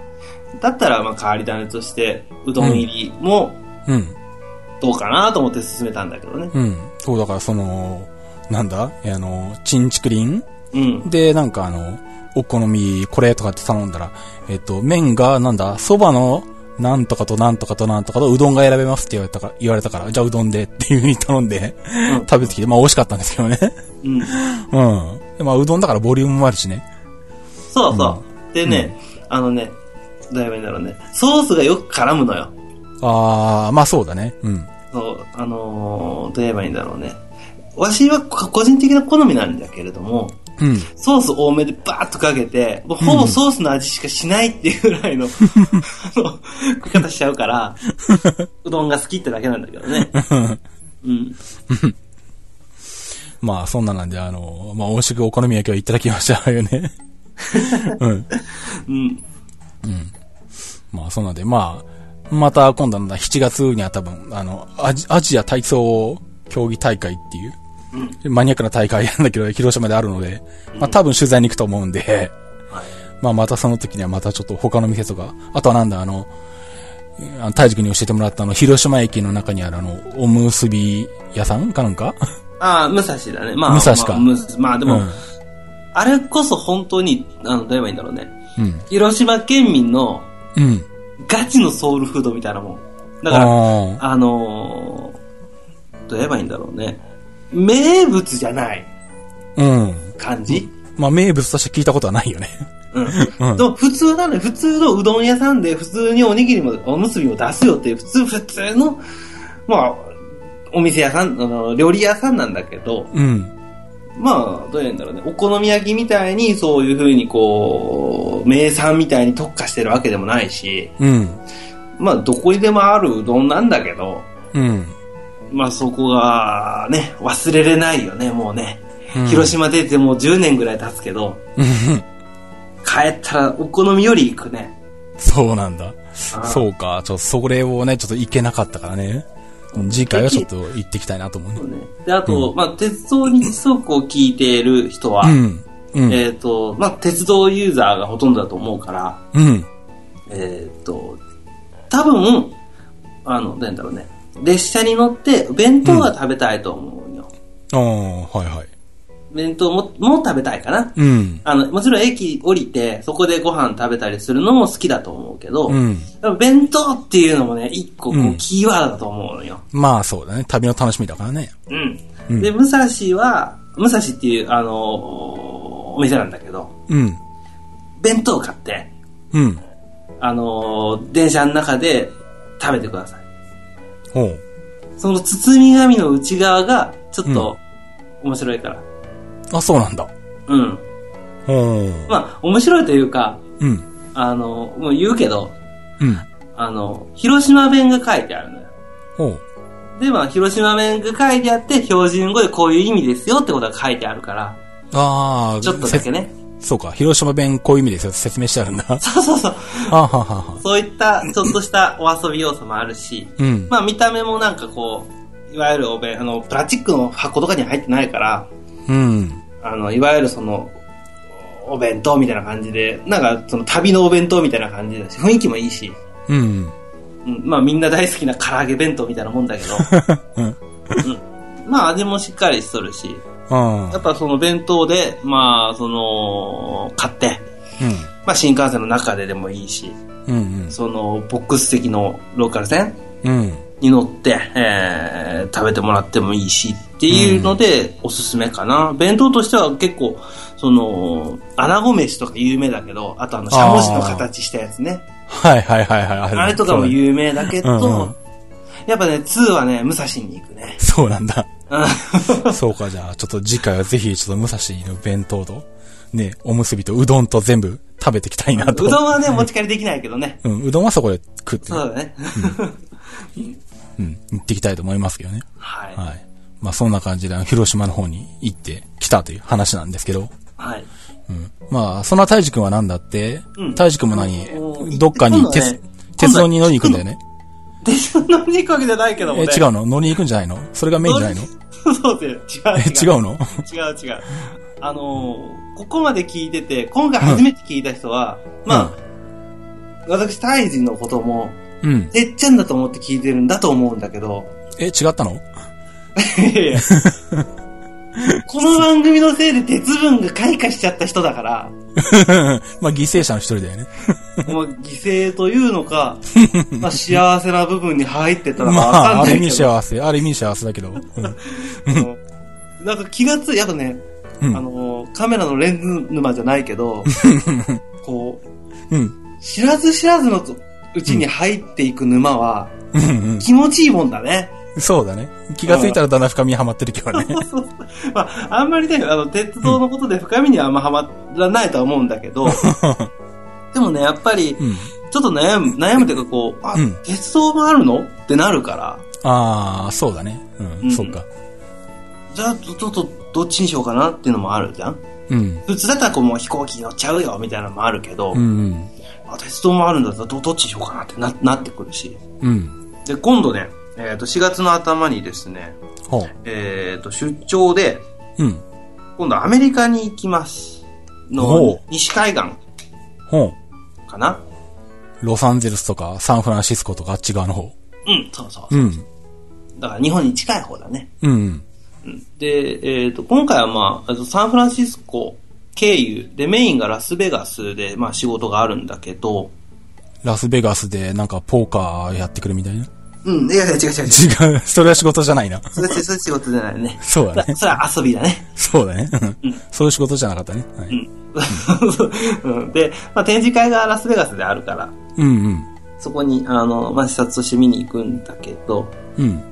だったら、まあ、変わり種として、うどん入りもうん。どうかなと思って進めたんだけどね。うん。そう、だからその、なんだえあの、チンチクリンうん。で、なんかあの、お好み、これとかって頼んだら、えっと、麺が、なんだ蕎麦の、なんとかとなんとかとなんとかとうどんが選べますって言われたから、言われたから、じゃあうどんでっていう風に頼んで、ん食べてきて、まあ美味しかったんですけどね。ううん。ん。でまあ、うどんだからボリュームもあるしね。そうそう。でね、あのね、どうやればいいんだろうね。ソースがよく絡むのよ。ああ、まあそうだね。うん。そう、あのー、どう言えばいいんだろうね。わしはこ個人的な好みなんだけれども、うん。ソース多めでバーッとかけて、もうほぼソースの味しかしないっていうぐらいの、 あの、食い方しちゃうから、うどんが好きってだけなんだけどね。うん。まあ、そんななんで、あの、まあ、美味しくお好み焼きをいただきました よね。うん。うん。まあ、そんなんで、まあ、また今度の7月には多分、あの、アジアジア体操競技大会っていう、マニアックな大会なんだけど、広島であるので、まあ多分取材に行くと思うんで、はいまあまたその時にはまたちょっと他の店とか、あとはなんだ、あの、あの大塾に教えてもらったあの、広島駅の中にあるあの、おむすび屋さんかなんかああ、武蔵だね。まあ、武蔵かまあ、むすまあでも、うんあれこそ本当に、あの、どう言えばいいんだろうね。うん。広島県民のうん。ガチのソウルフードみたいなもん。だから、ああのー、どう言えばいいんだろうね。名物じゃないあ。うん。感じ。まあ名物として聞いたことはないよね。 うん。うんでも普通なのよ普通のうどん屋さんで、普通におにぎりも、おむすびも出すよっていう、普通、普通の、まあ、お店屋さん、あの、料理屋さんなんだけど、うん。まあ、どう言うんだろうね。お好み焼きみたいに、そういう風にこう、名産みたいに特化してるわけでもないし、うん。まあ、どこにでもあるうどんなんだけど、うん。まあそこがね、忘れれないよね、もうね。うん広島出てもう10年ぐらい経つけど、うん帰ったらお好みより行くね。そうなんだ。あそうか。ちょっとそれをね、ちょっと行けなかったからね。うん次回はちょっと行ってきたいなと思。そううね。で、あと、まあ鉄道にすごくこう聞いている人は、うん。うん。えっ、と、まあ鉄道ユーザーがほとんどだと思うから、うん。えっ、と、多分、あの、なんだろうね、列車に乗って弁当が食べたいと思うよ。ああ、はいはい。弁当も、もう食べたいかな。うん。あの、もちろん駅降りて、そこでご飯食べたりするのも好きだと思うけど、うん。やっぱ弁当っていうのもね、一個こううんキーワードだと思うのよ。まあそうだね。旅の楽しみだからね。うん。うんで、武蔵は、武蔵っていう、あのーお店なんだけど、うん。弁当買って、うん。あのー電車の中で食べてください。ほう。その包み紙の内側が、ちょっと、面白いから。あ、そうなんだ。うん。ほう。まあ、面白いというか、うん。あのーもう言うけど、うん。あの広島弁が書いてあるのよ。ほう。で、まあ、広島弁が書いてあって、標準語でこういう意味ですよってことが書いてあるから、ああ、ちょっとだけね。せそうか。広島弁こういう意味ですよ。説明してあるんだ。あそうそうそう。ははは。そういった、ちょっとしたお遊び要素もあるし、うん。まあ、見た目もなんかこう、いわゆるお弁、あの、プラスチックの箱とかには入ってないから、うん。あの、いわゆるその、お弁当みたいな感じで、なんかその旅のお弁当みたいな感じだし、雰囲気もいいし、うん。うん、まあみんな大好きな唐揚げ弁当みたいなもんだけど、うん、まあ味もしっかりしとるし、あやあ。っぱその弁当で、まあその、買って、うん。まあ新幹線の中ででもいいし、うん。そのボックス席のローカル線うん。に乗って、えー食べてもらってもいいしっていうので、おすすめかな。弁当としては結構、その、穴子飯とか有名だけど、あとあの、しゃもじの形したやつね。はいはいはいはい。ああれとかもう。有名だけど、うんうんやっぱね、2はね、武蔵に行 くね。そうなんだ。うんそうか、じゃあ、ちょっと次回はぜひ、ちょっと武蔵の弁当と、ね、おむすびとうどんと全部食べていきたいなと。 うどんはね、持ち帰りできないけどね。うん、うどんはそこで食って、そうだね。うん、行ってきたいと思いますけどね。 ははい。まあ、そんな感じで、あの広島の方に行ってきたという話なんですけど。い。はい。うん。まあ、そんな大く君は何だって、うん大く君もう何んどっか今に度ね鉄、今度鉄道に乗りに行くんだよね。で、そんなに行くわけじゃないけどえ、もね。違うの乗りに行くんじゃないのそれがメインじゃないのそう。そうだよ。違う。え、違うの違う違う。あのーここまで聞いてて、今回初めて聞いた人は、まあ、私、タイ人のことも、うん。てっちゃんだと思って聞いてるんだと思うんだ けど、え、違ったのいやいやこの番組のせいで鉄分が開花しちゃった人だから、まあ、犠牲者の一人だよね。もう犠牲という のか、まあ、幸せな部分に入ってたらまわかあ、あんなるい意味けど、幸せ、ある意味幸せだけど。うん。うんなんか気がつい、やっぱね、うんあのーカメラのレンズ沼じゃない けど、こう、うん。知らず知らずのうちに入っていく沼はうん気持ちいいもんだね。うんそうだね。気がついたらだんだん深みにはまってるけどね。まあ、あんまりね、あの、鉄道のことで深みにはあんまハマらないとは思うんだ けど、でもね、やっぱり、うん。ちょっと悩む、悩むというかこう、あ、うん鉄道もあるのってなるから、ああ、そうだね。うん、うんそっか。じゃあ、ちょっと、どっちにしようかなっていうのもあるじゃんうん。普通だったらこう、もう飛行機乗っちゃうよ、みたいなのもあるけど、うん。あ鉄道もあるんだったらど、どっちにしようかなってな、なってくるし。うん。で、今度ね、えっ、と、4月の頭にですね、ほえっ、と、出張で、う。うん。今度アメリカに行きます。おうの、西海岸ほう。かなロサンゼルスとかサンフランシスコとかあっち側の方。うん、そうそう。うん。だから日本に近い方だね。うん。で、えっ、と、今回はまああと、サンフランシスコ経由で、メインがラスベガスで、まあ仕事があるんだけど、ラスベガスでなんかポーカーやってくるみたいな。うん、いやいや違う違う違う。違う。それは仕事じゃないな。それ、それ仕事じゃないね。そうだね。それは遊びだね。そうだね。うんそういう仕事じゃなかったね。はうい。ん。うんで、まあ、展示会がラスベガスであるから、うんうん。そこに、あの、まあ、視察として見に行くんだけど、うん。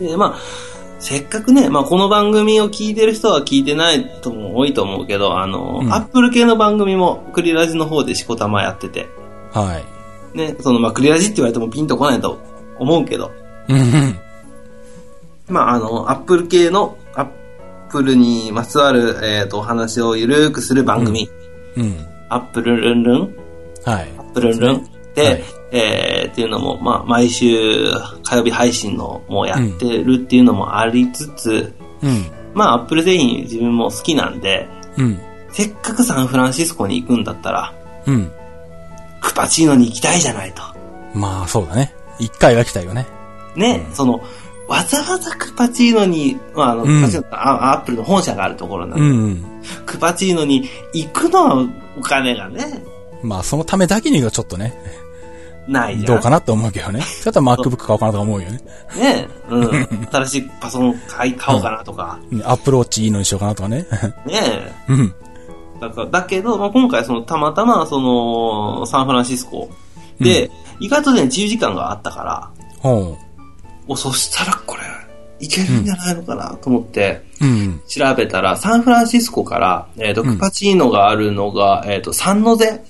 で、まあ、せっかくね、まあ、この番組を聞いてる人は聞いてない人も多いと思うけど、あの、うんアップル系の番組も、クリラジの方でしこたまやってて、はい。ね、その、まあ、クリラジって言われてもピンとこないと思うけど、うんうん。まあ、あの、アップル系の、アップルにまつわる、えっ、と、お話をゆるーくする番組、うん。アップルルンルン、はい。アップルルンで、はいえーっていうのも、まあ、毎週火曜日配信のもやってるっていうのもありつつ、うん。まあ、アップル製品自分も好きなんで、うん。せっかくサンフランシスコに行くんだったら、うん。クパチーノに行きたいじゃないと。まあ、そうだね。一回は来たいよね。ね、その、わざわざクパチーノに、まあ、あうの、んクパチーノってあアップルの本社があるところなんうで、んうん。クパチーノに行くのはお金がね、まあ、そのためだけにがちょっとね。ないじゃん。どうかなって思うけどね。ちょっと MacBook 買おうかなとか思うよね。ねえ。うん。新しいパソコン買い買おうかなとか。うん Apple Watch いいのにしようかなとかね。ねえ。うん。だからだけど、まあ、今回その、たまたま、その、サンフランシスコで、意外とね、自由時間があったから、ほお、そしたらこれ、いけるんじゃないのかなと思って、う。うん。調べたら、サンフランシスコから、えっ、と、うんクパチーノがあるのが、えっ、と、サンノゼ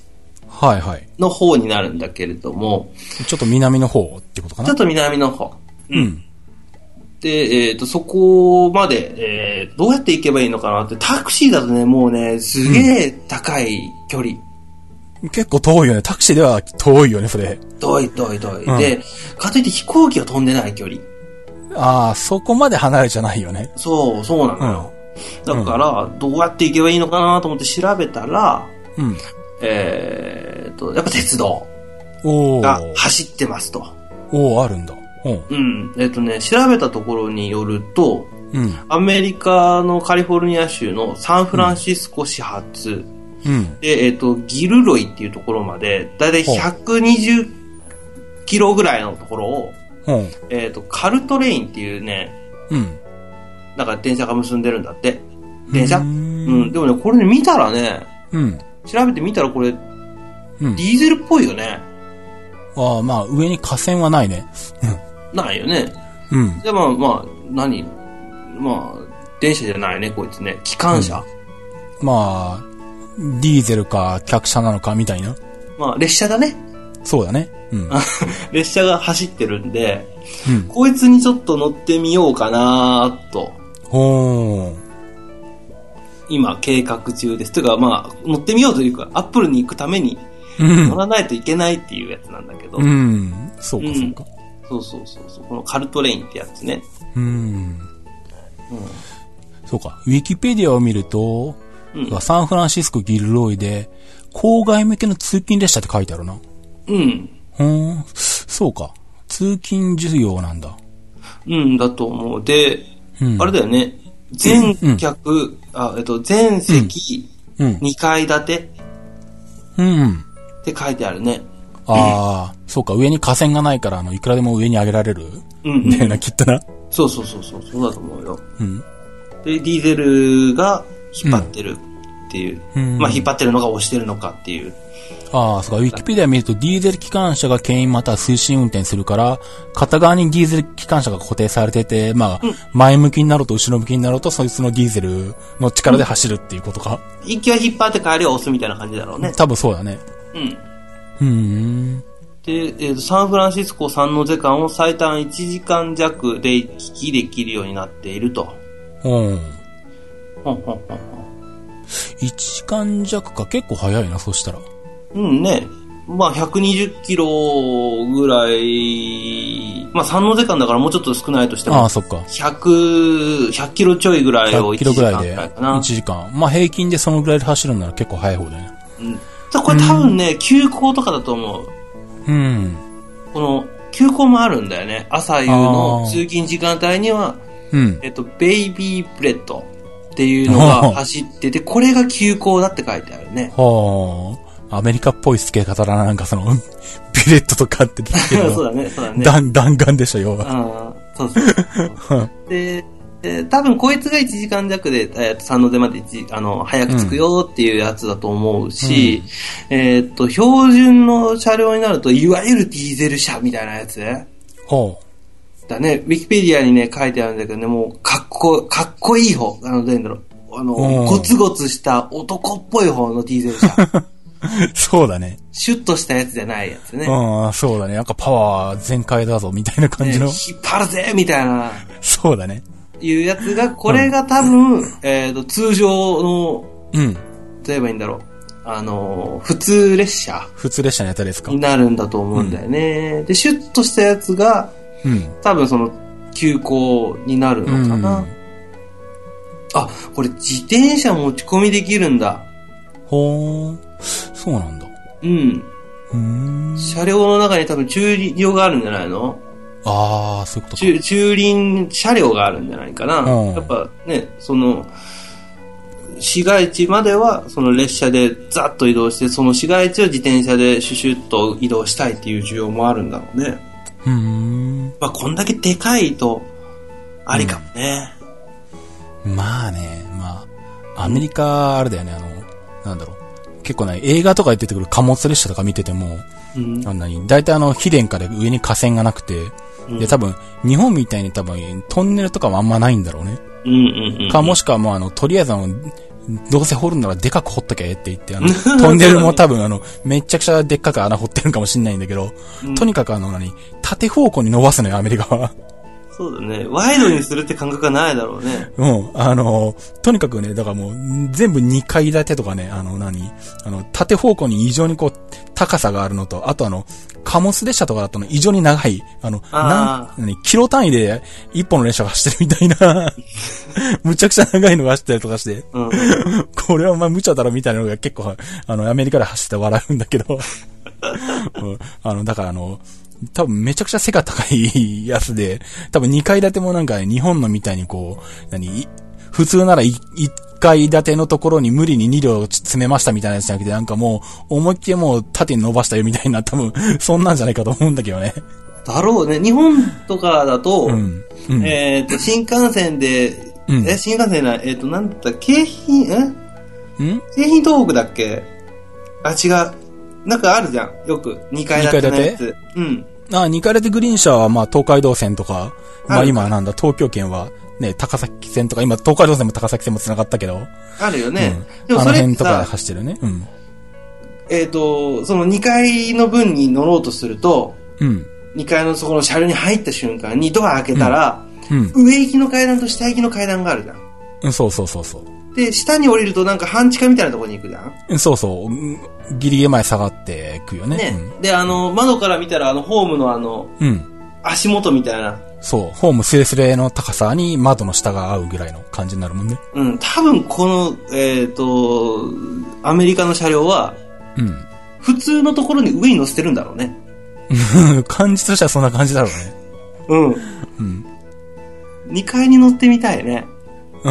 はいはい。の方になるんだけれども、ちょっと南の方ってことかちょなっ。と南の方。うん。で、えっ、と、そこまで、えーどうやって行けばいいのかなって、タクシーだとね、もうね、すげえ高い距離。結構遠いよね。タクシーでは遠いよね、それ。遠い遠い遠い。うんで、かといって飛行機が飛んでない距離。ああ、そこまで離れじゃないよね。そう、そうなうのんよ。。だから、どうやって行けばいいのかなと思って調べたら、うん。えーっと、やっぱ鉄道おがー。走ってますと。おー、あるんだ。うん。うん。えーっとね、調べたところによると、うん。アメリカのカリフォルニア州のサンフランシスコ始発、うん。で、えっ、と、ギルロイっていうところまで、だいたいほう120キロぐらいのところを、うん。えっ、と、カルトレインっていうね、うん。なんか電車が結んでるんだって。電車うーうん。ん。でもね、これね、見たらね、うん。調べてみたらこれ、デうん。ィーゼルっぽいよね。ああ、まあ、上に河川はないね。ないよね。うん。で、まあまあ、何まあ、電車じゃないね、こいつね。機関車。まあ、ディーゼルか客車なのかみたいな。まあ、列車だね。そうだね。うん。列車が走ってるんで、うん。こいつにちょっと乗ってみようかなと。ほー。今計画中です。というか、まあ、乗ってみようというか、アップルに行くためにうん乗。らないといけないっていうやつなんだけど、うん。そうか、そうか。そうそうそうそう、このカルトレインってやつね。うん。そうか。ウィキペディアを見ると、うんサンフランシスコギルロイで、郊外向けの通勤列車って書いてあるな。うん。うーん。そうか。通勤需要なんだ。うんだと思う。で、うんあれだよね、全客、あ、えっと、全席うん。 2階建てっうん。て書いてあるね。ああ、そうか。上に河川がないから、あの、いくらでも上に上げられる。うん。だよな、きっとな。そうそうそうそう、そうだと思うよ。うん。で、ディーゼルが引っ張ってるっていう。うんまあ、引っ張ってるのか押してるのかっていう。ああ、そうか。ウィキペディア見ると、ディーゼル機関車が牽引または推進運転するから、片側にディーゼル機関車が固定されてて、まあ、前向きになろうと後ろ向きになろうと、そいつのディーゼルの力で走るっていうことか。一気は引っ張って帰りは押すみたいな感じだろうね。多分そうだね。うん。うーん。で、えーとサンフランシスコ三ノ瀬間を最短1時間弱で行き来できるようになっていると。うん。ほんほんほんほ1時間弱か、結構早いな、そしたら。んうんね。まあ、120キロぐらい、まあ、三ノ瀬間だからもうちょっと少ないとしてあもあ、、そっか。 100、100キロちょいぐらいを100 1キ時ロ間ぐぐららいいで、かな1。時間。まあ、平均でそのぐらいで走るなら結構早い方だね。うん。だこれ多分ね、休校とかだと思う。うん。この、休校もあるんだよね。朝夕のあー通勤時間帯には、うん。えっと、ベイビーブレッドっていうのが走ってて、これが急行だって書いてあるね。はあ。アメリカっぽい付け方だな、なんかその、 ビレットとかって出てるけど そうだね、そうだね。弾弾丸でしょ、要は。あーそうそうそう。で、えー多分こいつが1時間弱で、えー、三の出まで一あの早く着くよっていうやつだと思うし、えーっと、標準の車両になると、いわゆるディーゼル車みたいなやつ ほだね。ウィキペディアにね、書いてあるんだけどね、もう、かっこ、かっこいい方。あの、なんだろう。あの、うんゴツゴツした男っぽい方のディーゼル 車。う。そうだね。シュッとしたやつじゃないやつね。うん、そうだね。なんかパワー全開だぞ、みたいな感ねじの。引っ張るぜみたいな、 そうだね。いうやつが、これが多分、えっ、と、通常の、うん。例えばいいんだろう。あのー、普通列車普通列車のやつですかに。なるんだと思うんだよね。で、シュッとしたやつが、うん。多分その、急行になるのかな。うんあ、これ自転車持ち込みできるんだ。ほう。そうなんだ。うん。うーん。車両の中に多分駐輪場があるんじゃないのあー、そういうことか。駐駐輪車両があるんじゃないかな。うんやっぱね、その、市街地までは、その列車でざっと移動して、その市街地を自転車でシュシュッと移動したいっていう需要もあるんだろうね。うーん。まあ、こんだけでかいと、ありかもね。まあね、まあ、アメリカ、あれだよね、あの、なんだろう。結構ね、映画とかで出てくる貨物列車とか見てても、うん。あんなに、大体あの、秘伝から上に架線がなくて、うんで、多分、日本みたいに多分、トンネルとかはあんまないんだろうね。うんうんうん。か、もしくはもうあの、とりあえずあの、どうせ掘るならでかく掘っとけって言って、 あの、トンネルも多分あの、めっちゃくちゃでっかく穴掘ってるかもしんないんだけど、うんとにかくあの、何、縦方向に伸ばすのよ、アメリカは。 そうだね。ワイドにするって感覚がないだろうね。うん、あの、とにかくね、だからもう、全部2階建てとかね、あの、何あの、縦方向に異常にこう、高さがあるのと、あとあの、貨物列車とかだとね、異常に長い、あの、あなん、何、キロ単位で一本の列車が走ってるみたいな、 むちゃくちゃ長いのが走ったりとかして、うん。 これはお前無茶だろみたいなのが結構、あの、アメリカで走って笑うんだけど、 うんあの、だからあの、多分めちゃくちゃ背が高いやつで、多分2階建てもなんか日本のみたいにこう、何、い普通なら1階建てのところに無理に2両詰めましたみたいなやつじゃなくて、なんかもう思いっきりもう縦に伸ばしたよみたいな、多分そんなんじゃないかと思うんだけどね。だろうね。日本とかだと、うん。うん。えっ、と、新幹線で、うんえ、新幹線ない、えっ、と、なんだった、京浜、えうん京浜東北だっけあ、違う。なんかあるじゃん。よく。2階建てのやつ。うん。あ、2階建てグリーン車は、まあ、東海道線とか、まあはい今なんだ、東京圏は、ね、高崎線とか、今東海道線も高崎線も繋がったけど、あるよね。うでん、もあそのれって辺とかさ、走ってるね。うん。えっ、と、その2階の分に乗ろうとすると、うん。 2階のそこの車両に入った瞬間にドア開けたら、うん。上行きの階段と下行きの階段があるじゃん。うん、そうそうそうそう。で、下に降りるとなんか半地下みたいなとこに行くじゃん。うんそうそううん。ギリギリ前下がってくよね。ね。で、あの、窓から見たらあの、ホームのあの、うん。うん。足元みたいな。そう。ホームスレスレの高さに窓の下が合うぐらいの感じになるもんね。うん、多分この、えっ、と、アメリカの車両は、う普通のところに上に乗せてるんだろうね。ん。 感じとしてはそんな感じだろうね。うん。うん。 2階に乗ってみたいね。う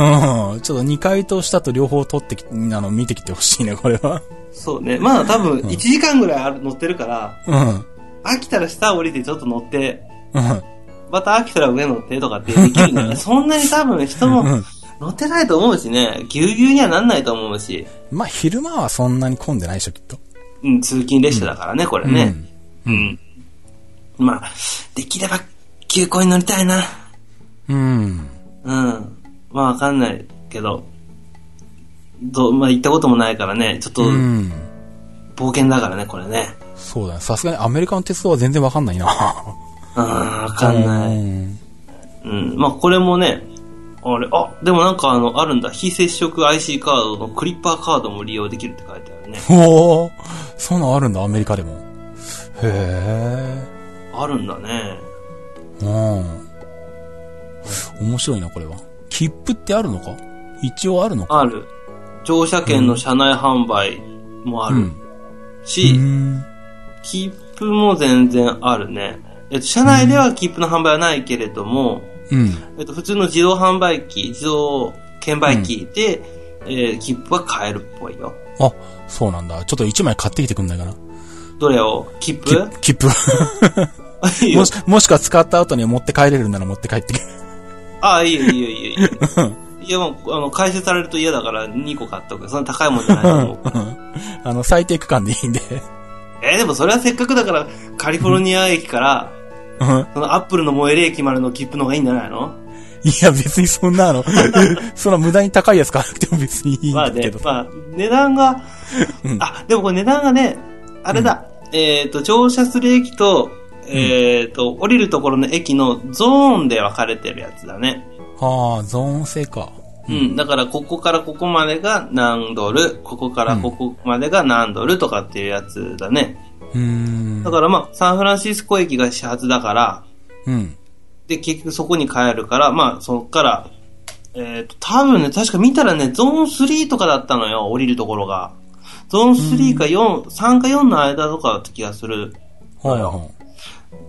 ん。ちょっと2階と下と両方取ってき、あの、見てきてほしいね、これは。そうね。まだ多分1時間ぐらいある乗ってるから、うん。飽きたら下降りてちょっと乗って、うん。また飽きたら上乗ってとかってできるんだ よね。そんなに多分人もうん乗ってないと思うしね、ぎゅうぎゅうにはなんないと思うし、まあ、昼間はそんなに混んでないでしょ、きっと。うん、通勤列車だからね、これね。うん。まあ、できれば急行に乗りたいな。うん。うん。まあわかんないけど、どうまあ行ったこともないからね、ちょっとうん。冒険だからね、これね。そうだね。さすがにアメリカの鉄道は全然わかんないな。わうん、わかんない。い。うん。まあこれもね、あれ、あ、でもなんかあの、あるんだ。非接触 IC カードのクリッパーカードも利用できるって書いてあるね。おーそんなんあるんだ、アメリカでも。へえ。あるんだね。うん。面白いな、これは。切符ってあるのか一応あるのかある。乗車券の車内販売もあうるん。し、うん切符も全然あるね。えっと、車内では切符の販売はないけれども、うん。えっと、普通の自動販売機、自動券売機で、えー切符は買えるっぽいよ。あ、そうなんだ。ちょっと一枚買ってきてくんないかな。どれを切符切符。 いいよもし、もしくは使った後に持って帰れるなら持って帰ってくる。ああ、いいよ、いいよ、いいよいいよ。 いや、もう、あの、回収されると嫌だから2個買っとく。そんな高いもんじゃないと思う。 あの、最低区間でいいんで。えーでもそれはせっかくだから、カリフォルニア駅から、うん。そのアップルの燃える駅までの切符の方がいいんじゃないのいや、別にそんなあの、 そんな無駄に高いやつ買わなくても別にいいんまあだねけど、。まあ、値段が、あ、でもこれ値段がね、あれだ、えっ、と、乗車する駅と、えっ、と、降りるところの駅のゾーンで分かれてるやつだね。はあ、ゾーン制か。うん、だからここからここまでが何ドル、ここからここまでが何ドルとかっていうやつだね。うーんだ。からまあ、サンフランシスコ駅が始発だから、うん。で、結局そこに帰るから、まあ、そっから、えっ、と、多分ね、確か見たらね、ゾーン3とかだったのよ、降りるところが。ゾーン3か4、3か4の間とかだった気がする。はいは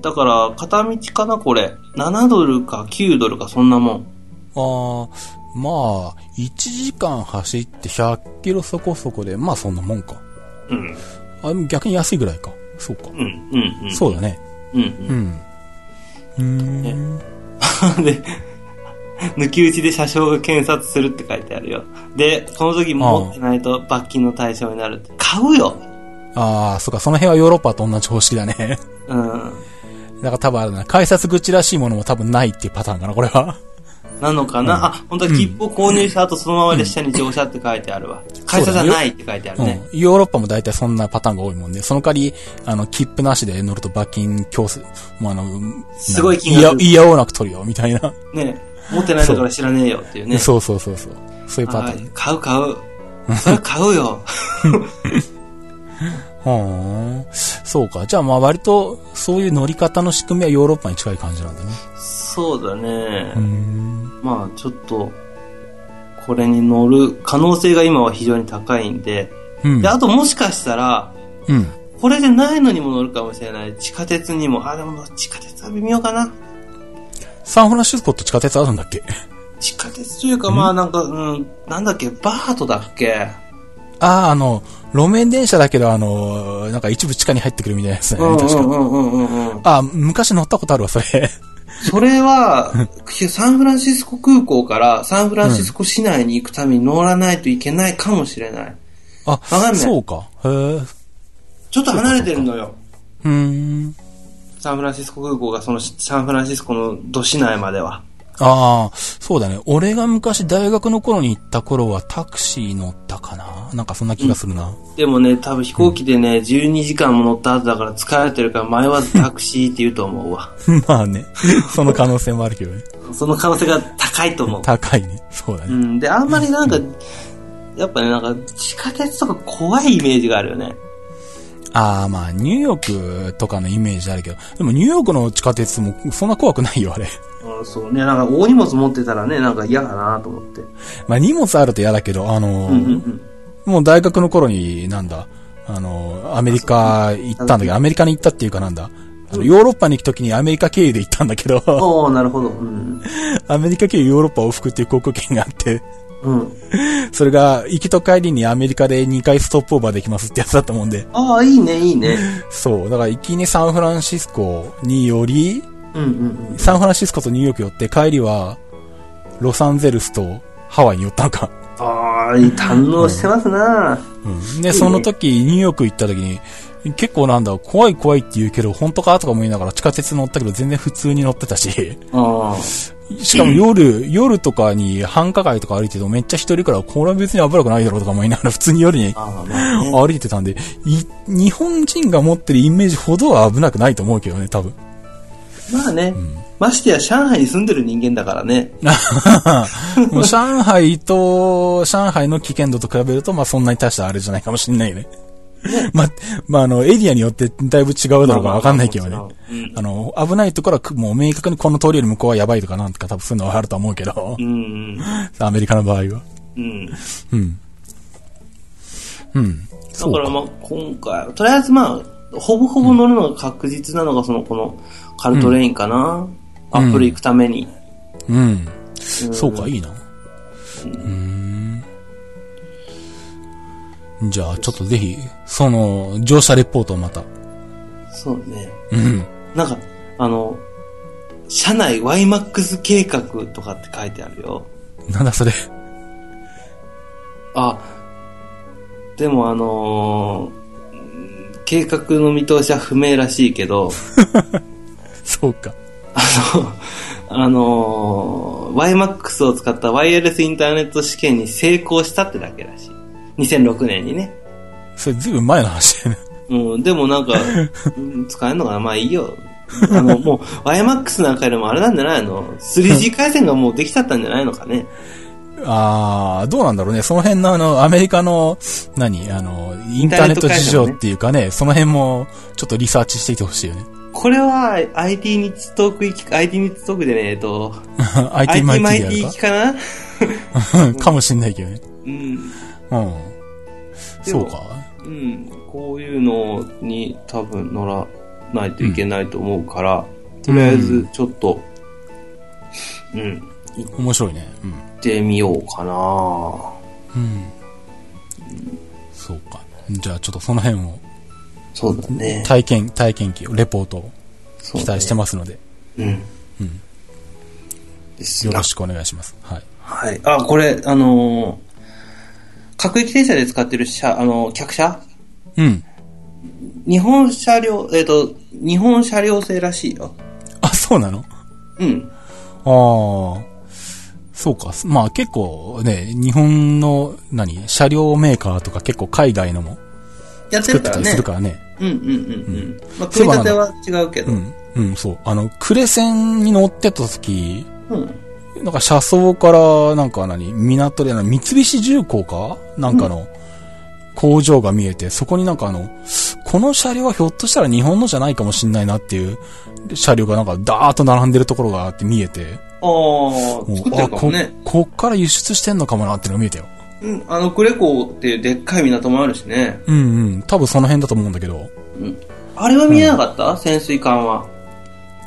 だから、片道かな、これ。7ドルか9ドルか、そんなもん。い。ああ、まあ、1時間走って100キロそこそこで、まあそんなもんか。うん。あ、でも逆に安いぐらいか。そうか。うん。うん。うん。そうだね。うん。うん。うーん。うん。 で、抜き打ちで車掌が検察するって書いてあるよ。で、この時持ってないと罰金の対象になるって。買うよああ、そっか、その辺はヨーロッパと同じ方式だね。 うん。だから多分あれだな、改札口らしいものも多分ないっていうパターンかな、これは。なのかな、あ、本当は切符を購入した後そのまま列車に乗車って書いてあるわ。会社じゃないって書いてあるね。うん。ヨーロッパも大体そんなパターンが多いもんで、その代わり、あの、切符なしで乗ると罰金強制、もうあの、すごい金なん額かいや、いやおうなく取るよ、みたいな。ね持ってないんだから知らねえよっていうね。 そうそうそうそう。そういうパタはーン。い買う買う。それは買 うよ。ほーん。そうか。じゃあまあ割と、そういう乗り方の仕組みはヨーロッパに近い感じなんだね。そうだねうー。ん。まあちょっと、これに乗る可能性が今は非常に高いんで。うんで、。あともしかしたら、うん。これでないのにも乗るかもしれない。地下鉄にも。あ、でも地下鉄は微妙かな。サンフランシスコって地下鉄あるんだっけ地下鉄というか、まあなんか、うん、なんだっけ、バートだっけ。ああ、あの、路面電車だけど、あの、なんか一部地下に入ってくるみたいなやつだよね、確か。うんうんうんうんうん。あー昔乗ったことあるわ、それ。それは、 サンフランシスコ空港からサンフランシスコ市内に行くために乗らないといけないかもしれない。あ、かんないそうか。へえ。うちょっと離れてるのよ。ーん。サンフランシスコ空港がそのサンフランシスコの都市内までは。ああ、そうだね。俺が昔大学の頃に行った頃はタクシー乗ったかななんかそんな気がするな。でもね、多分飛行機でね、12時間も乗った後だから疲れてるから迷わずタクシーって言うと思うわ。 まあね。その可能性もあるけどね。その可能性が高いと思う。高いね。そうだうね。ん。で、あんまりなんか、やっぱね、なんか地下鉄とか怖いイメージがあるよね。ああ、まあ、ニューヨークとかのイメージあるけど、でもニューヨークの地下鉄もそんな怖くないよ、あれ。 うん、そうね。なんか大荷物持ってたらね、なんか嫌だなと思って。まあ、荷物あると嫌だけど、あのーうんうんうん。もう大学の頃に、なんだ、あの、アメリカ行ったんだけど、アメリカに行ったっていうかなんだ、あのヨーロッパに行くときにアメリカ経由で行ったんだけど、おおなるほど。うん。 アメリカ経由ヨーロッパ往復っていう航空券があって、うん。それが行きと帰りにアメリカで2回ストップオーバーできますってやつだったもんで、ああ、いいね、いいね。そう、だから行きにサンフランシスコにより、うんうんサンフランシスコとニューヨーク寄って帰りは、ロサンゼルスとハワイに寄ったんか。うん。ああ、いい堪能してますな、うんで、その時、ニューヨーク行った時に、結構なんだ、怖い怖いって言うけど、本当かとか思いながら地下鉄乗ったけど、全然普通に乗ってた し、ああ。しかも夜、夜とかに繁華街とか歩いててもめっちゃ一人から、これは別に危なくないだろうとか思いながら、普通に夜にああ、まあ ね。歩いてたんで、い日本人が持ってるイメージほどは危なくないと思うけどね、 多分。まあね。ましてや、上海に住んでる人間だからね。もう上海と、上海の危険度と比べると、まあそんなに大したあれじゃないかもしんないね。ま、まあ、あの、エリアによってだいぶ違うだろうからわかんないけどねまあまあ。あの、危ないところはくもう明確にこの通りより向こうはやばいとかなんとか多分そういうのはあると思うけどう、ん。 アメリカの場合は。うん。うん。うん。うん。だそうからまあ、今回、とりあえずまあ、ほぼほぼ乗るのが確実なのが、その、この、カルトレインかな。アップル行くために。うん。んそうか、いいな。うーん。じゃあ、ちょっとぜひ、その、乗車レポートをまた。そうね。うん。なんか、あの、社内 YMAX 計画とかって書いてあるよ。なんだそれ。 あ、でもあのー計画の見通しは不明らしいけど、そうか。あのー、YMAX を使ったワイヤレスインターネット試験に成功したってだけらしい。2006年にね。それずいぶん前の話だよね。うん、でもな んか、うん使えるのかなまあいいよ。あの、もう、YMAX なんかよりもあれなんじゃないの ?3G 回線がもうできちゃったんじゃないのかね。あー、どうなんだろうね。その辺のあの、アメリカの、何、あの、インターネット事情っていうかね、その辺も、ちょっとリサーチしていてほしいよね。 これは IT ニッチトーク行き、IT ニッチトークでね、えっと、 IT マイティ IT でや行るきかなか、 うんかもしんないけどね。うん。うん。でそもうか。うん。こういうのに多分乗らないといけないと思うから、とりあえずちょっと、うん、面白いね。うん。ってみようかなそうか。じゃあちょっとその辺をそうだね。体験、体験記、レポートをそう期だね待してますので、うん。ですよなろしくお願いします。はい。はい。あ、これ、あのー、各駅停車で使ってる車、あのー客車うん。日本車両、えっ、と、日本車両製らしいよ。あ、そうなのうん。ああ、そうか。まあ結構ね、日本の、何、車両メーカーとか結構海外のもやっ作てっるてからたりねする。からね。うんうんうんうん。まあ、組み立ては違うけど。う。うんうん、そう。あの、呉線に乗ってた時、ん。なんか車窓から、なんか何、港で、あの三菱重工かなんかの工場が見えて、そこになんかあの、この車両はひょっとしたら日本のじゃないかもしんないなっていう車両がなんかダーッと並んでるところがあって見えて、ああ、う作ってるかもね。あこ、こっから輸出してんのかもなっていうのが見えたよ。うん。あの、クレコっていうでっかい港もあるしね。うんうん。多分その辺だと思うんだけど、 あれは見えなかった、潜水艦は。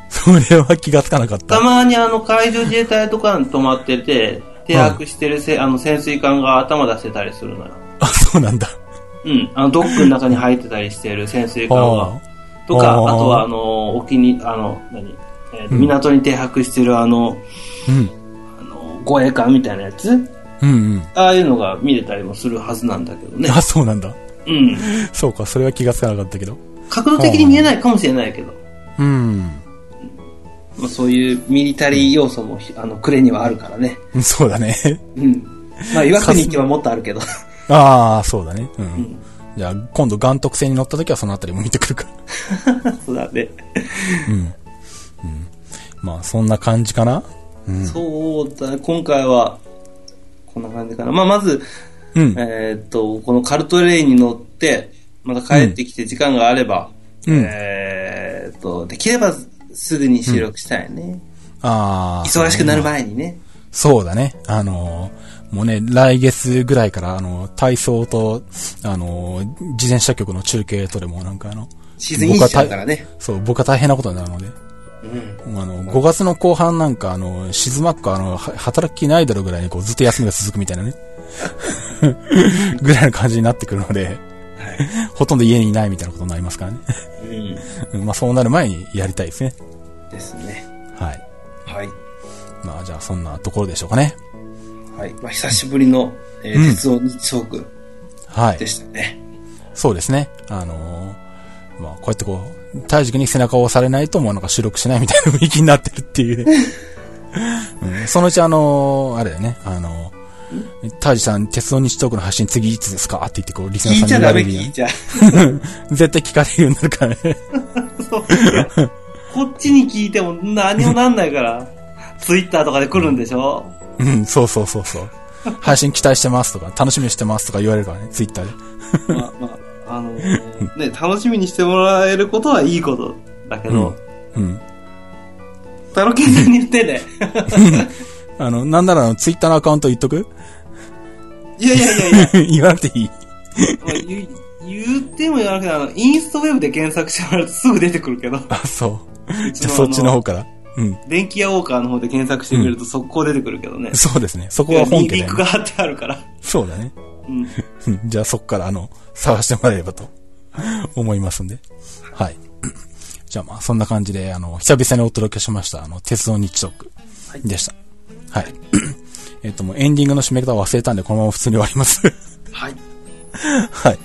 それは気がつかなかったた。まにあの、海上自衛隊とかに泊まってて、停泊してるせ、あの、潜水艦が頭出してたりするのよ。あ、そうなんだ。うん。あの、ドックの中に入ってたりしてる潜水艦は。あとか、あーあとは、あの、沖に、あの、何、えーとうん港に停泊してるあの、ーうん。あの護衛艦みたいなやつうんうん。ああいうのが見れたりもするはずなんだけどね。あ、そうなんだ。うん。そうか、それは気がつかなかったけど。角度的に見えないかもしれないけど、うん。まあ、そういうミリタリー要素もひ、あの、クレにはあるからね。そうだね。うん。まあ、岩国行けばもっとあるけど。 ああ、そうだね。うん。んじゃあ、今度、眼徳線に乗った時はそのあたりも見てくるから。 そうだね。うん。うん。まあ、そんな感じかなそうだね。今回は、こんな感じかな。まあ、まず、うん。えーっと、このカルトレインに乗って、また帰ってきて時間があれば、うんえーっと、できればすぐに収録したいね。ああ。忙しくなる前にね。そうだね。あのーもうね、来月ぐらいから、あのー体操と、あのー自転車局の中継とでも、なんかあの、シーズンインしちゃうからね。そう、僕は大変なことになるので、うん。あの、5月の後半なんか、あの、静まっか、あの、は働きないだろうぐらいに、こう、ずっと休みが続くみたいなね。 ぐらいの感じになってくるので、ほとんど家にいないみたいなことになりますからね。 うん。うんまあ、そうなる前にやりたいですね。ですね。はい。はい。まあ、じゃあ、そんなところでしょうかね。はい。まあ、久しぶりの、えー、鉄道日トークはいで。したね。そうですね。あのーまあ、こうやってこう、体軸に背中を押されないともうなんか収録しないみたいな雰囲気になってるっていう ね。うん、そのうちあのーあれだよね、あのー、タージさん、鉄道日トークの発信次いつですかって言ってこう、リスナー聞さいんちゃにダ言わメ、れる聞よいちゃ。 絶対聞かれるようになるからね。そうこっちに聞いても何もなんないから、 ツイッターとかで来るんでしょうん、そうそうそうそう。配信期待してますとか、楽しみにしてますとか言われるからね、ツイッターで。まあ、まあ、あのーね、楽しみにしてもらえることはいいことだけど、うん。タロケンさんに言ってね。 あの、なんならあのツイッターのアカウント言っとく いやいやいやいや、言わなくていい。まあ言う言っても言わなくてもあの、インストウェブで検索してもらうとすぐ出てくるけど、 あ、そう。じゃあそそっのちの方から。うん。電気屋ウォーカーの方で検索してくれると速攻出てくるけどね。 そうですね。そこいやは本家だリよンねクが貼ってあるから。そうだね。うん。うんじゃあそこからあの、探してもらえれ ばと思いますんで。はい。じゃあまあそんな感じで、あの、久々にお届けしました、あの、鉄道日トークでした。はい。 えっともうエンディングの締め方を忘れたんで、このまま普通に終わります。 はい。はい。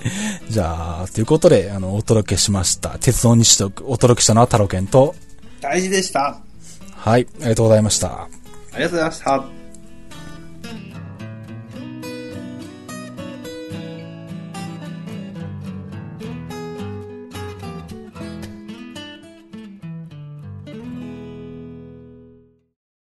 じゃあ、ということで、あの、お届けしました。鉄道日トーク、お届けしたのは太郎健と、大事でした。あはい、ありがとうございました。りがとうございました。